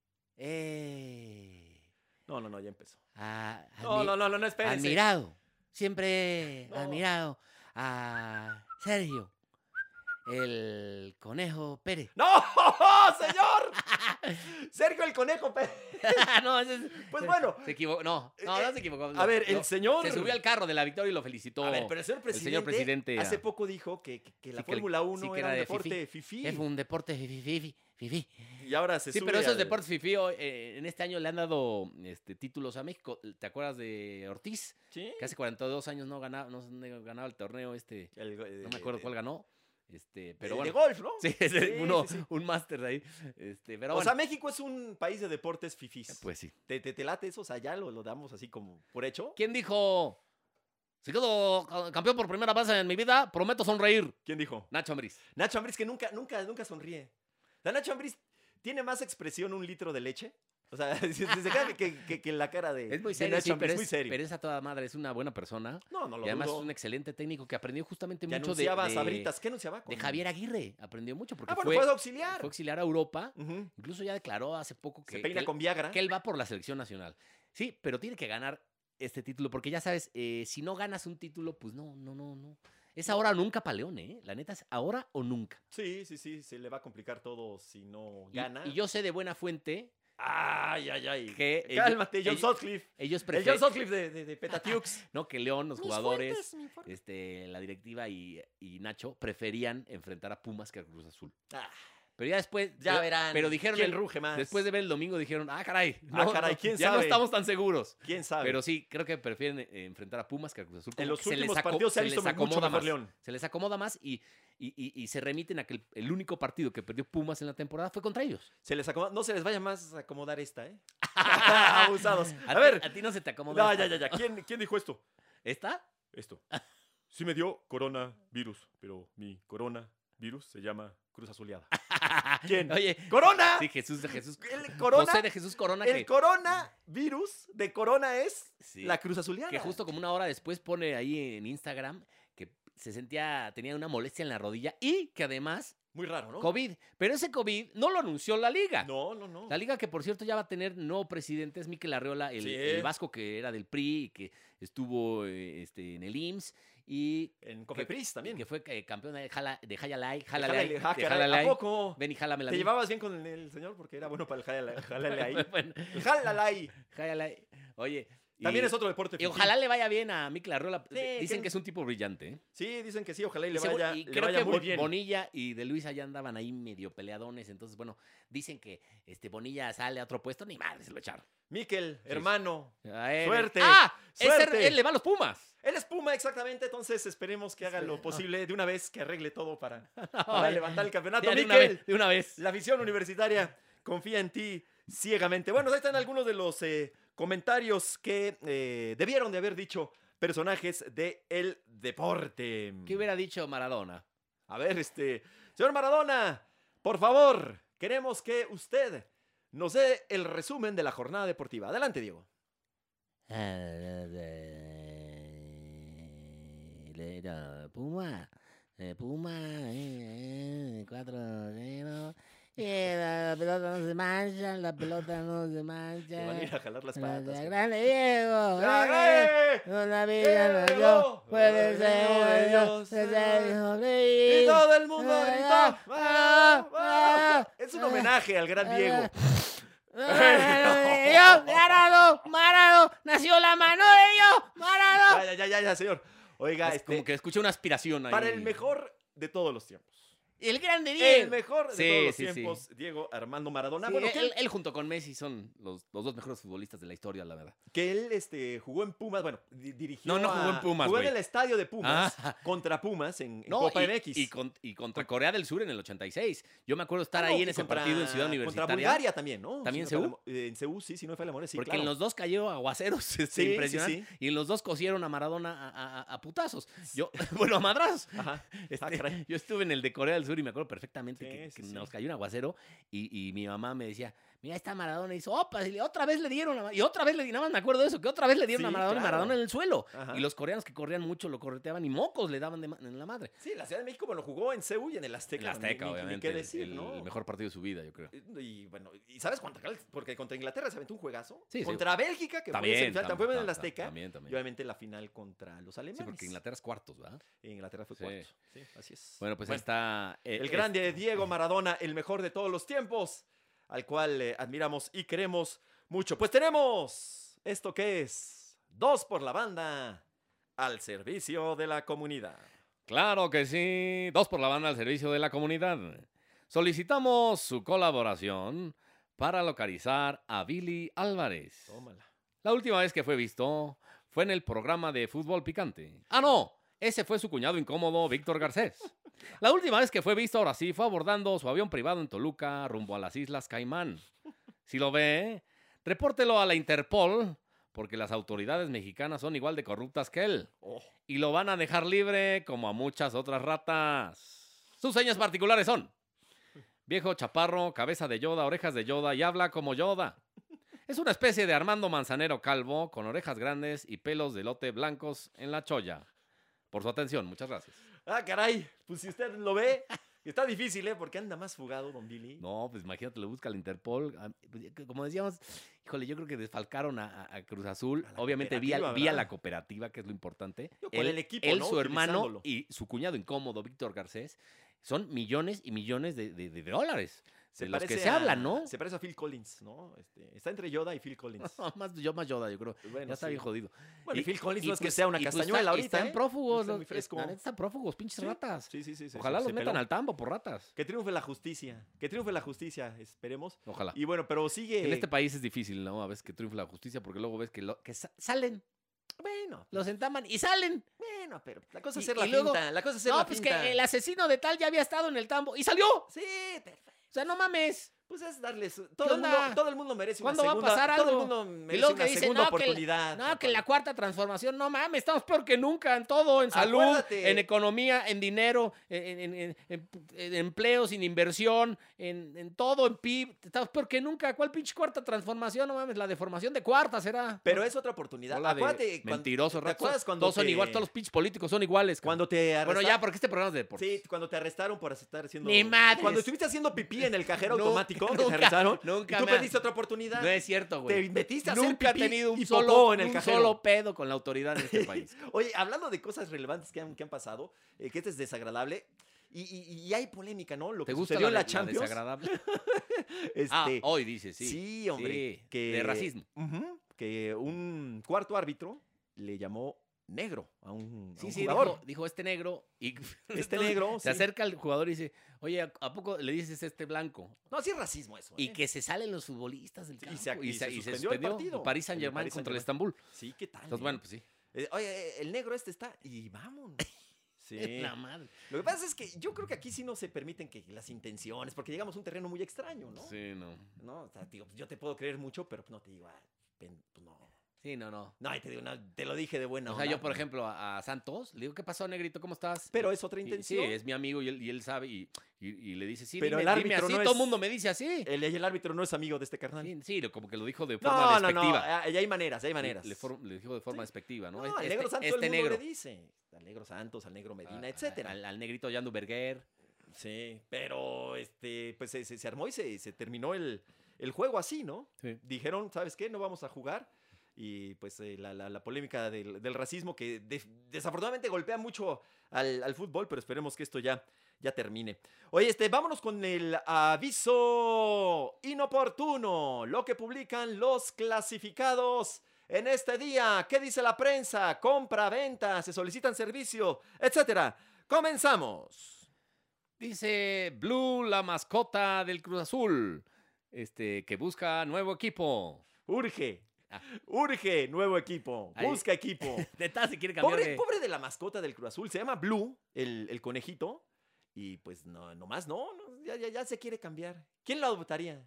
[SPEAKER 2] eh,
[SPEAKER 1] No, no, no, ya empezó.
[SPEAKER 2] a-
[SPEAKER 1] No,
[SPEAKER 2] admi-
[SPEAKER 1] no, no, no, no, espérense.
[SPEAKER 2] admirado. Siempre
[SPEAKER 1] No.
[SPEAKER 2] admirado a Sergio, el conejo Pérez.
[SPEAKER 1] ¡No, señor! Sergio el Conejo Pérez.
[SPEAKER 2] no, ese es-
[SPEAKER 1] Pues bueno.
[SPEAKER 2] Se equivocó. No, no, no se equivocó.
[SPEAKER 1] Eh, A
[SPEAKER 2] no,
[SPEAKER 1] ver,
[SPEAKER 2] no.
[SPEAKER 1] el señor...
[SPEAKER 2] Se subió al carro de la victoria y lo felicitó.
[SPEAKER 1] A ver, pero el señor presidente,
[SPEAKER 2] señor presidente,
[SPEAKER 1] hace
[SPEAKER 2] ah.
[SPEAKER 1] poco dijo que, que- que la
[SPEAKER 2] Sí, que el-
[SPEAKER 1] Fórmula 1
[SPEAKER 2] sí,
[SPEAKER 1] era,
[SPEAKER 2] que era
[SPEAKER 1] un
[SPEAKER 2] de
[SPEAKER 1] deporte fifí.
[SPEAKER 2] Es un deporte fifi, fifi, fifi.
[SPEAKER 1] Y ahora se
[SPEAKER 2] Sí,
[SPEAKER 1] sube
[SPEAKER 2] pero esos
[SPEAKER 1] al-
[SPEAKER 2] deportes fifí hoy, eh, en este año le han dado este, títulos a México. ¿Te acuerdas de Ortiz?
[SPEAKER 1] Sí.
[SPEAKER 2] Que hace 42 años no ganaba, no ganaba el torneo este.
[SPEAKER 1] El go-
[SPEAKER 2] No
[SPEAKER 1] de-
[SPEAKER 2] me acuerdo
[SPEAKER 1] de-
[SPEAKER 2] cuál ganó. Este,
[SPEAKER 1] de-
[SPEAKER 2] pero
[SPEAKER 1] De
[SPEAKER 2] bueno.
[SPEAKER 1] golf, ¿no?
[SPEAKER 2] Sí, es de-
[SPEAKER 1] Sí,
[SPEAKER 2] uno-
[SPEAKER 1] sí, sí.
[SPEAKER 2] un máster de ahí. Este, pero
[SPEAKER 1] o
[SPEAKER 2] bueno.
[SPEAKER 1] sea, México es un país de deportes fifís.
[SPEAKER 2] pues sí.
[SPEAKER 1] ¿Te, te, te late eso? O sea, ya lo, lo damos así como por hecho.
[SPEAKER 2] ¿Quién dijo? Si quedo ca- campeón por primera vez en mi vida, prometo sonreír.
[SPEAKER 1] ¿Quién dijo?
[SPEAKER 2] Nacho Ambriz.
[SPEAKER 1] Nacho Ambriz que nunca, nunca, nunca sonríe. La Nacho Ambriz tiene más expresión un litro de leche. O sea, se, se queda que, que- que- que la cara de,
[SPEAKER 2] Es muy
[SPEAKER 1] de
[SPEAKER 2] serio,
[SPEAKER 1] Nacho
[SPEAKER 2] sí,
[SPEAKER 1] Ambriz.
[SPEAKER 2] pero, es,
[SPEAKER 1] muy serio.
[SPEAKER 2] pero es a toda madre, es una buena persona.
[SPEAKER 1] no, no lo
[SPEAKER 2] y además
[SPEAKER 1] dudo.
[SPEAKER 2] es un excelente técnico que aprendió justamente
[SPEAKER 1] Y
[SPEAKER 2] mucho de,
[SPEAKER 1] anunciaba
[SPEAKER 2] de-
[SPEAKER 1] sabritas. ¿Qué anunciaba?
[SPEAKER 2] de
[SPEAKER 1] Con-
[SPEAKER 2] Javier Aguirre. Aprendió mucho porque
[SPEAKER 1] Ah, bueno,
[SPEAKER 2] fue,
[SPEAKER 1] fue auxiliar.
[SPEAKER 2] fue auxiliar a Europa.
[SPEAKER 1] Ujú.
[SPEAKER 2] Incluso ya declaró hace poco que,
[SPEAKER 1] Se peina
[SPEAKER 2] que él-
[SPEAKER 1] con Viagra.
[SPEAKER 2] que él va por la selección nacional. Sí, pero tiene que ganar este título porque ya sabes, eh, si no ganas un título, pues no, no, no, no. Es ahora o nunca para León, ¿eh? La neta es ahora o nunca.
[SPEAKER 1] Sí, sí, sí. Se le va a complicar todo si no
[SPEAKER 2] Y-
[SPEAKER 1] gana.
[SPEAKER 2] Y, yo sé de buena fuente
[SPEAKER 1] Ay, ay, ay.
[SPEAKER 2] que ellos-
[SPEAKER 1] Cálmate, John
[SPEAKER 2] ellos-
[SPEAKER 1] Sutcliffe. El
[SPEAKER 2] ellos
[SPEAKER 1] John
[SPEAKER 2] prefieren
[SPEAKER 1] Sutcliffe de, de, de Petatiux.
[SPEAKER 2] no que León, los jugadores,
[SPEAKER 1] Mis fuentes, mi informe.
[SPEAKER 2] este, la directiva y, y Nacho preferían enfrentar a Pumas que a Cruz Azul.
[SPEAKER 1] Ah,
[SPEAKER 2] Pero ya después,
[SPEAKER 1] ya
[SPEAKER 2] pero-
[SPEAKER 1] verán.
[SPEAKER 2] Pero dijeron
[SPEAKER 1] quién
[SPEAKER 2] el-
[SPEAKER 1] ruge más.
[SPEAKER 2] después de ver el domingo dijeron, ah caray,
[SPEAKER 1] Ah, caray, ¿quién
[SPEAKER 2] ya no
[SPEAKER 1] sabe?
[SPEAKER 2] estamos tan seguros.
[SPEAKER 1] ¿Quién sabe?
[SPEAKER 2] Pero sí, creo que prefieren eh, enfrentar a Pumas que a Cruz Azul.
[SPEAKER 1] en
[SPEAKER 2] como
[SPEAKER 1] los
[SPEAKER 2] que se les
[SPEAKER 1] últimos
[SPEAKER 2] aco-
[SPEAKER 1] partidos se ha visto
[SPEAKER 2] les
[SPEAKER 1] mucho
[SPEAKER 2] acomoda
[SPEAKER 1] mejor
[SPEAKER 2] más.
[SPEAKER 1] León.
[SPEAKER 2] Se les acomoda más y, y, y- y se remiten a que el, el único partido que perdió Pumas en la temporada fue contra ellos.
[SPEAKER 1] Se les acomoda- no se les vaya más a acomodar esta, ¿eh? Abusados. A ver.
[SPEAKER 2] a ti no se te acomoda.
[SPEAKER 1] No, ya,
[SPEAKER 2] esta.
[SPEAKER 1] ya, ya. ¿Quién, quién dijo esto?
[SPEAKER 2] ¿Esta?
[SPEAKER 1] Esto. Sí me dio coronavirus, pero mi coronavirus se llama Cruz Azuleada. ¿Quién?
[SPEAKER 2] Oye,
[SPEAKER 1] ¡Corona!
[SPEAKER 2] sí, Jesús de Jesús.
[SPEAKER 1] El corona.
[SPEAKER 2] José de Jesús Corona
[SPEAKER 1] el
[SPEAKER 2] que,
[SPEAKER 1] coronavirus de corona es
[SPEAKER 2] Sí.
[SPEAKER 1] la Cruz Azuleada.
[SPEAKER 2] que justo como una hora después pone ahí en Instagram que se sentía, tenía una molestia en la rodilla y que además
[SPEAKER 1] Muy raro, ¿no?
[SPEAKER 2] COVID. Pero ese COVID no lo anunció la liga.
[SPEAKER 1] No, no, no.
[SPEAKER 2] La liga que, por cierto, ya va a tener nuevo presidente es Miquel Arriola, el,
[SPEAKER 1] Sí.
[SPEAKER 2] el vasco que era del PRI y que estuvo eh, este, en el IMSS y
[SPEAKER 1] En Cofepris también.
[SPEAKER 2] que fue eh, campeón de Jala de Jalalay,
[SPEAKER 1] Jálale,
[SPEAKER 2] Jalalay,
[SPEAKER 1] ah,
[SPEAKER 2] de
[SPEAKER 1] caray,
[SPEAKER 2] Jalalay.
[SPEAKER 1] ¿A poco?
[SPEAKER 2] Ven y jálame la
[SPEAKER 1] ¿Te llevabas bien con el, el señor? Porque era bueno para el jálale, jálale ahí.
[SPEAKER 2] Bueno,
[SPEAKER 1] El jálale ahí.
[SPEAKER 2] Jalalay. Oye,
[SPEAKER 1] También
[SPEAKER 2] y,
[SPEAKER 1] es otro deporte. fifí.
[SPEAKER 2] y ojalá le vaya bien a Miquel Arriola.
[SPEAKER 1] Sí,
[SPEAKER 2] Dicen
[SPEAKER 1] tiene-
[SPEAKER 2] que es un tipo brillante. ¿eh?
[SPEAKER 1] Sí, dicen que sí, ojalá y le
[SPEAKER 2] Y seguro-
[SPEAKER 1] vaya,
[SPEAKER 2] y
[SPEAKER 1] le
[SPEAKER 2] creo
[SPEAKER 1] vaya
[SPEAKER 2] que
[SPEAKER 1] muy
[SPEAKER 2] Bo-
[SPEAKER 1] bien.
[SPEAKER 2] Bonilla y De Luis allá andaban ahí medio peleadones. Entonces, bueno, dicen que este Bonilla sale a otro puesto, ni madre se lo echaron.
[SPEAKER 1] Miquel,
[SPEAKER 2] Sí.
[SPEAKER 1] hermano.
[SPEAKER 2] A él-
[SPEAKER 1] Suerte,
[SPEAKER 2] ¡Ah! Ese-
[SPEAKER 1] suerte.
[SPEAKER 2] él le va a los Pumas.
[SPEAKER 1] Él es Puma, exactamente. Entonces esperemos que haga lo posible de una vez que arregle todo para, para
[SPEAKER 2] Oye,
[SPEAKER 1] levantar el campeonato.
[SPEAKER 2] ya de una
[SPEAKER 1] Miquel,
[SPEAKER 2] vez, de una vez.
[SPEAKER 1] la afición universitaria confía en ti ciegamente. Bueno, ahí están algunos de los eh, comentarios que eh, debieron de haber dicho personajes del el deporte.
[SPEAKER 2] ¿Qué hubiera dicho Maradona?
[SPEAKER 1] A ver, este. Señor Maradona, por favor, queremos que usted nos dé el resumen de la jornada deportiva. Adelante, Diego.
[SPEAKER 2] Ah, Puma, Puma, eh, cuatro, Eh, la pelota no se mancha, la pelota no se
[SPEAKER 1] Te van a ir
[SPEAKER 2] mancha.
[SPEAKER 1] a jalar las patas.
[SPEAKER 2] Grande Diego,
[SPEAKER 1] ¡Grande!
[SPEAKER 2] una
[SPEAKER 1] vida nos dio, puede ser de
[SPEAKER 2] eh.
[SPEAKER 1] Dios, desde Y todo el mundo
[SPEAKER 2] Ah,
[SPEAKER 1] gritó. ¡Maradona! ¡Maradona! Es un homenaje al
[SPEAKER 2] Ah,
[SPEAKER 1] gran Diego.
[SPEAKER 2] Dios, Marado, Marado, nació la mano de Dios, Marado.
[SPEAKER 1] Ya, ya, ya, ya, ya, señor. Oiga,
[SPEAKER 2] Es
[SPEAKER 1] este,
[SPEAKER 2] como que escucha una aspiración ahí.
[SPEAKER 1] para el mejor de todos los tiempos.
[SPEAKER 2] El grande
[SPEAKER 1] El
[SPEAKER 2] Diego.
[SPEAKER 1] mejor de
[SPEAKER 2] Sí,
[SPEAKER 1] todos los
[SPEAKER 2] sí, sí.
[SPEAKER 1] tiempos, Diego Armando Maradona.
[SPEAKER 2] Sí,
[SPEAKER 1] bueno, que
[SPEAKER 2] él,
[SPEAKER 1] él,
[SPEAKER 2] él junto con Messi son los, los dos mejores futbolistas de la historia, la verdad.
[SPEAKER 1] que él, este, jugó en Pumas, bueno, di- dirigió.
[SPEAKER 2] No, no jugó en
[SPEAKER 1] a-
[SPEAKER 2] Pumas,
[SPEAKER 1] Jugó
[SPEAKER 2] güey.
[SPEAKER 1] en el estadio de Pumas
[SPEAKER 2] Ah.
[SPEAKER 1] contra Pumas en, en
[SPEAKER 2] No,
[SPEAKER 1] Copa
[SPEAKER 2] y,
[SPEAKER 1] MX.
[SPEAKER 2] Y, con- y contra Corea del Sur en el 86. Yo me acuerdo
[SPEAKER 1] Ah,
[SPEAKER 2] estar
[SPEAKER 1] no,
[SPEAKER 2] ahí
[SPEAKER 1] y
[SPEAKER 2] en ese
[SPEAKER 1] contra-
[SPEAKER 2] partido en Ciudad
[SPEAKER 1] Contra
[SPEAKER 2] Universitaria.
[SPEAKER 1] Bulgaria también, ¿no?
[SPEAKER 2] ¿También
[SPEAKER 1] Si no
[SPEAKER 2] en
[SPEAKER 1] me falla la mem- eh, en Ceú, sí, si no me falla la memoria, sí,
[SPEAKER 2] porque
[SPEAKER 1] claro.
[SPEAKER 2] en los dos cayó aguaceros, este,
[SPEAKER 1] Sí, sí,
[SPEAKER 2] impresionante.
[SPEAKER 1] sí.
[SPEAKER 2] Y en los dos cosieron a Maradona a, a- a putazos. Yo, bueno, a madrazos.
[SPEAKER 1] Ajá.
[SPEAKER 2] Este,
[SPEAKER 1] Ah, caray.
[SPEAKER 2] yo estuve en el de Corea del Sur y me acuerdo
[SPEAKER 1] Sí,
[SPEAKER 2] perfectamente que,
[SPEAKER 1] sí,
[SPEAKER 2] que
[SPEAKER 1] sí.
[SPEAKER 2] nos cayó un aguacero y, y mi mamá me decía, mira, esta Maradona hizo, opa, y le- otra vez le dieron a Ma- Y otra vez le dieron, nada más me acuerdo de eso, que otra vez le dieron
[SPEAKER 1] Sí,
[SPEAKER 2] a Maradona y
[SPEAKER 1] claro.
[SPEAKER 2] Maradona en el suelo.
[SPEAKER 1] Ajá.
[SPEAKER 2] Y los coreanos que corrían mucho lo correteaban y mocos le daban de ma- en la madre.
[SPEAKER 1] Sí, la Ciudad de México, bueno, jugó en Ceú y en el Azteca.
[SPEAKER 2] el Azteca,
[SPEAKER 1] ni- ni- ni
[SPEAKER 2] obviamente.
[SPEAKER 1] qué
[SPEAKER 2] el-
[SPEAKER 1] decir,
[SPEAKER 2] el,
[SPEAKER 1] ¿no?
[SPEAKER 2] mejor partido de su vida, yo creo.
[SPEAKER 1] Y bueno, ¿y sabes cuánta cal- Porque contra Inglaterra se aventó un juegazo.
[SPEAKER 2] Sí, sí.
[SPEAKER 1] contra Bélgica, que fue
[SPEAKER 2] También.
[SPEAKER 1] semifinal,
[SPEAKER 2] tam-
[SPEAKER 1] también en el
[SPEAKER 2] tam-
[SPEAKER 1] Azteca.
[SPEAKER 2] También,
[SPEAKER 1] Y
[SPEAKER 2] también.
[SPEAKER 1] obviamente la final contra los alemanes.
[SPEAKER 2] Sí, porque Inglaterra es cuartos, ¿verdad?
[SPEAKER 1] Inglaterra fue
[SPEAKER 2] Sí.
[SPEAKER 1] cuarto. Sí, así es.
[SPEAKER 2] Bueno, pues ahí está. eh,
[SPEAKER 1] El
[SPEAKER 2] es-
[SPEAKER 1] grande Diego Maradona, el mejor de todos los tiempos, al cual eh, admiramos y queremos mucho. Pues tenemos esto que es dos por la banda al servicio de la comunidad.
[SPEAKER 2] Claro que sí. Dos por la banda al servicio de la comunidad. Solicitamos su colaboración para localizar a Billy Álvarez.
[SPEAKER 1] Tómala.
[SPEAKER 2] La última vez que fue visto fue en el programa de Fútbol Picante. Ah, no, ese fue su cuñado incómodo, Víctor Garcés. La última vez que fue visto, ahora sí, fue abordando su avión privado en Toluca rumbo a las Islas Caimán. Si lo ve, repórtelo a la Interpol, porque las autoridades mexicanas son igual de corruptas que él.
[SPEAKER 1] Oh,
[SPEAKER 2] Y lo van a dejar libre como a muchas otras ratas. Sus señas particulares son viejo chaparro, cabeza de Yoda, orejas de Yoda y habla como Yoda. Es una especie de Armando Manzanero calvo con orejas grandes y pelos de lote blancos en la cholla. Por su atención, muchas gracias.
[SPEAKER 1] Ah, caray. Pues si usted lo ve, está difícil, ¿eh? Porque anda más fugado, don Billy.
[SPEAKER 2] No, pues imagínate, lo busca la Interpol. Ah, pues, eh, Como decíamos, híjole, yo creo que desfalcaron a, a- a Cruz Azul.
[SPEAKER 1] A la
[SPEAKER 2] Obviamente, vía,
[SPEAKER 1] cooperativa,
[SPEAKER 2] vía
[SPEAKER 1] ¿verdad?
[SPEAKER 2] la cooperativa, que es lo importante.
[SPEAKER 1] Yo, con el equipo,
[SPEAKER 2] él,
[SPEAKER 1] ¿no?
[SPEAKER 2] su hermano
[SPEAKER 1] Utilizándolo.
[SPEAKER 2] y su cuñado incómodo, Víctor Garcés, son millones y millones de, de- de dólares. de los que se habla, ¿no?
[SPEAKER 1] Se parece a Phil Collins, ¿no? Este, está entre Yoda y Phil Collins.
[SPEAKER 2] más, yo más Yoda, yo creo.
[SPEAKER 1] Bueno,
[SPEAKER 2] ya está
[SPEAKER 1] sí.
[SPEAKER 2] bien jodido.
[SPEAKER 1] Bueno, y, Phil Collins
[SPEAKER 2] y
[SPEAKER 1] no es que
[SPEAKER 2] pues-
[SPEAKER 1] sea una
[SPEAKER 2] y pues
[SPEAKER 1] castañuela
[SPEAKER 2] está-
[SPEAKER 1] ahorita.
[SPEAKER 2] Están
[SPEAKER 1] ¿eh?
[SPEAKER 2] prófugos.
[SPEAKER 1] Está
[SPEAKER 2] los-
[SPEAKER 1] muy fresco.
[SPEAKER 2] la neta están prófugos, pinches
[SPEAKER 1] Sí,
[SPEAKER 2] ratas.
[SPEAKER 1] Sí, sí, sí. se-
[SPEAKER 2] Ojalá
[SPEAKER 1] se
[SPEAKER 2] los metan
[SPEAKER 1] peló.
[SPEAKER 2] al tambo por ratas.
[SPEAKER 1] Que triunfe la justicia. Que triunfe la justicia, esperemos.
[SPEAKER 2] Ojalá.
[SPEAKER 1] Y eh, bueno, pero sigue.
[SPEAKER 2] en este país es difícil, ¿no? A veces que triunfa la justicia porque luego ves que, lo- que sa- salen,
[SPEAKER 1] Bueno,
[SPEAKER 2] los entaman y salen.
[SPEAKER 1] bueno, pero la cosa es
[SPEAKER 2] Y-
[SPEAKER 1] ser la
[SPEAKER 2] y luego-
[SPEAKER 1] finta. La cosa es ser
[SPEAKER 2] No,
[SPEAKER 1] la
[SPEAKER 2] pues
[SPEAKER 1] finta.
[SPEAKER 2] que el asesino de tal ya había estado en el tambo y salió. O
[SPEAKER 1] Sí, perfecto.
[SPEAKER 2] sea, no mames.
[SPEAKER 1] Pues es darles. Todo el,
[SPEAKER 2] onda?
[SPEAKER 1] mundo, todo el mundo merece una
[SPEAKER 2] ¿Cuándo va a
[SPEAKER 1] segunda
[SPEAKER 2] pasar
[SPEAKER 1] Todo el
[SPEAKER 2] algo?
[SPEAKER 1] mundo merece
[SPEAKER 2] luego
[SPEAKER 1] una
[SPEAKER 2] que dicen,
[SPEAKER 1] segunda
[SPEAKER 2] no, que la-
[SPEAKER 1] oportunidad.
[SPEAKER 2] No, que
[SPEAKER 1] papá.
[SPEAKER 2] la cuarta transformación, no mames, estamos peor que nunca en todo, en salud,
[SPEAKER 1] Acuérdate.
[SPEAKER 2] en economía, en dinero, en, en- en- en- en empleo, sin inversión, en, en todo, en PIB, estamos peor que nunca. ¿Cuál pinche cuarta transformación? No mames, la deformación de cuarta será.
[SPEAKER 1] Pero es otra oportunidad.
[SPEAKER 2] Hola de
[SPEAKER 1] Acuérdate. cuan-
[SPEAKER 2] mentiroso,
[SPEAKER 1] ¿te
[SPEAKER 2] rato.
[SPEAKER 1] acuerdas cuando
[SPEAKER 2] todos son
[SPEAKER 1] te-
[SPEAKER 2] iguales, todos los pinches políticos son iguales. cabrón.
[SPEAKER 1] Cuando te
[SPEAKER 2] bueno,
[SPEAKER 1] arrestaron.
[SPEAKER 2] ya, porque este programa es de deportes.
[SPEAKER 1] Sí, cuando te arrestaron por estar haciendo.
[SPEAKER 2] Ni madres.
[SPEAKER 1] Cuando estuviste haciendo pipí en el cajero
[SPEAKER 2] No,
[SPEAKER 1] automático, que te
[SPEAKER 2] nunca,
[SPEAKER 1] arrestaron.
[SPEAKER 2] nunca
[SPEAKER 1] y tú
[SPEAKER 2] me-
[SPEAKER 1] pediste otra oportunidad.
[SPEAKER 2] No es cierto,
[SPEAKER 1] te
[SPEAKER 2] güey.
[SPEAKER 1] metiste a hacer
[SPEAKER 2] Nunca he
[SPEAKER 1] pipí
[SPEAKER 2] tenido un,
[SPEAKER 1] y
[SPEAKER 2] solo,
[SPEAKER 1] popó en el
[SPEAKER 2] un
[SPEAKER 1] cajero.
[SPEAKER 2] solo pedo con la autoridad de este país.
[SPEAKER 1] Oye, hablando de cosas relevantes que han, que han pasado, eh, que este es desagradable, y, y- y hay polémica, ¿no? Lo
[SPEAKER 2] ¿Te
[SPEAKER 1] que
[SPEAKER 2] gusta
[SPEAKER 1] sucedió
[SPEAKER 2] la,
[SPEAKER 1] en la
[SPEAKER 2] de- la
[SPEAKER 1] Champions.
[SPEAKER 2] desagradable?
[SPEAKER 1] este,
[SPEAKER 2] Ah, hoy dices,
[SPEAKER 1] sí,
[SPEAKER 2] sí.
[SPEAKER 1] hombre.
[SPEAKER 2] sí,
[SPEAKER 1] que,
[SPEAKER 2] de racismo.
[SPEAKER 1] Ujú, que un cuarto árbitro le llamó negro a un, a
[SPEAKER 2] Sí,
[SPEAKER 1] un
[SPEAKER 2] sí,
[SPEAKER 1] jugador.
[SPEAKER 2] dijo, dijo este negro y
[SPEAKER 1] este
[SPEAKER 2] entonces
[SPEAKER 1] negro.
[SPEAKER 2] se
[SPEAKER 1] sí.
[SPEAKER 2] acerca al jugador y dice, oye, ¿a, a poco le dices este blanco?
[SPEAKER 1] No, sí es racismo eso.
[SPEAKER 2] Y
[SPEAKER 1] ¿eh?
[SPEAKER 2] que se salen los futbolistas del campo.
[SPEAKER 1] Y se- y se suspendió el partido.
[SPEAKER 2] París
[SPEAKER 1] El
[SPEAKER 2] Saint Germain
[SPEAKER 1] Paris
[SPEAKER 2] contra el
[SPEAKER 1] Saint-Germain.
[SPEAKER 2] Estambul.
[SPEAKER 1] Sí, ¿qué tal?
[SPEAKER 2] Entonces,
[SPEAKER 1] eh?
[SPEAKER 2] bueno, pues sí.
[SPEAKER 1] Eh, Oye, eh, el negro este está. Y vámonos. Sí.
[SPEAKER 2] La madre.
[SPEAKER 1] Lo que pasa es que yo creo que aquí sí no se permiten que las intenciones, porque llegamos a un terreno muy extraño, ¿no?
[SPEAKER 2] Sí, no.
[SPEAKER 1] No, o sea, digo, yo te puedo creer mucho, pero no te digo, ah, pen- pues no.
[SPEAKER 2] Sí, no, no.
[SPEAKER 1] No, y te digo, no, te lo dije de buena
[SPEAKER 2] o sea,
[SPEAKER 1] onda,
[SPEAKER 2] yo, por
[SPEAKER 1] ¿no?
[SPEAKER 2] ejemplo, a, a Santos, le digo, ¿qué pasó, negrito? ¿Cómo estás?
[SPEAKER 1] Pero es otra
[SPEAKER 2] Y-
[SPEAKER 1] intención.
[SPEAKER 2] Sí, es mi amigo y él, y él sabe y, y- y le dice, sí,
[SPEAKER 1] Pero
[SPEAKER 2] dime,
[SPEAKER 1] el
[SPEAKER 2] dime
[SPEAKER 1] árbitro
[SPEAKER 2] así,
[SPEAKER 1] no es-
[SPEAKER 2] todo el mundo me dice así.
[SPEAKER 1] El, el árbitro no es amigo de este carnal.
[SPEAKER 2] Sí, sí, lo- como que lo dijo de forma
[SPEAKER 1] no, no, no,
[SPEAKER 2] despectiva.
[SPEAKER 1] ah, y hay maneras, hay maneras.
[SPEAKER 2] Le, le for- le dijo de forma
[SPEAKER 1] Sí.
[SPEAKER 2] despectiva, ¿no?
[SPEAKER 1] no,
[SPEAKER 2] Este-
[SPEAKER 1] al negro Santos todo
[SPEAKER 2] este
[SPEAKER 1] el mundo
[SPEAKER 2] negro. Ah,
[SPEAKER 1] le dice. Al negro Santos, al negro Medina,
[SPEAKER 2] a-
[SPEAKER 1] etcétera.
[SPEAKER 2] Al, al negrito Yandu Berger.
[SPEAKER 1] Sí, pero este, pues se, se- se armó y se, se terminó el, el juego así, ¿no?
[SPEAKER 2] Sí.
[SPEAKER 1] Dijeron, ¿sabes qué? No vamos a jugar. Y pues eh, la, la- la polémica del, del racismo que de- desafortunadamente golpea mucho al, al fútbol, pero esperemos que esto ya, ya termine. Oye, este, vámonos con el aviso inoportuno, lo que publican los clasificados. En este día, ¿qué dice la prensa? Compra, venta, se solicitan servicio, etcétera. Comenzamos.
[SPEAKER 2] Dice Blue, la mascota del Cruz Azul, este, que busca nuevo equipo.
[SPEAKER 1] Urge.
[SPEAKER 2] Ah.
[SPEAKER 1] Urge, nuevo equipo.
[SPEAKER 2] Ahí.
[SPEAKER 1] Busca equipo.
[SPEAKER 2] Neta, se quiere cambiar
[SPEAKER 1] pobre,
[SPEAKER 2] de...
[SPEAKER 1] pobre de la mascota del Cruz Azul. Se llama Blue, el, el conejito. Y pues no, nomás no, no, ya, ya, ya se quiere cambiar. ¿Quién lo adoptaría?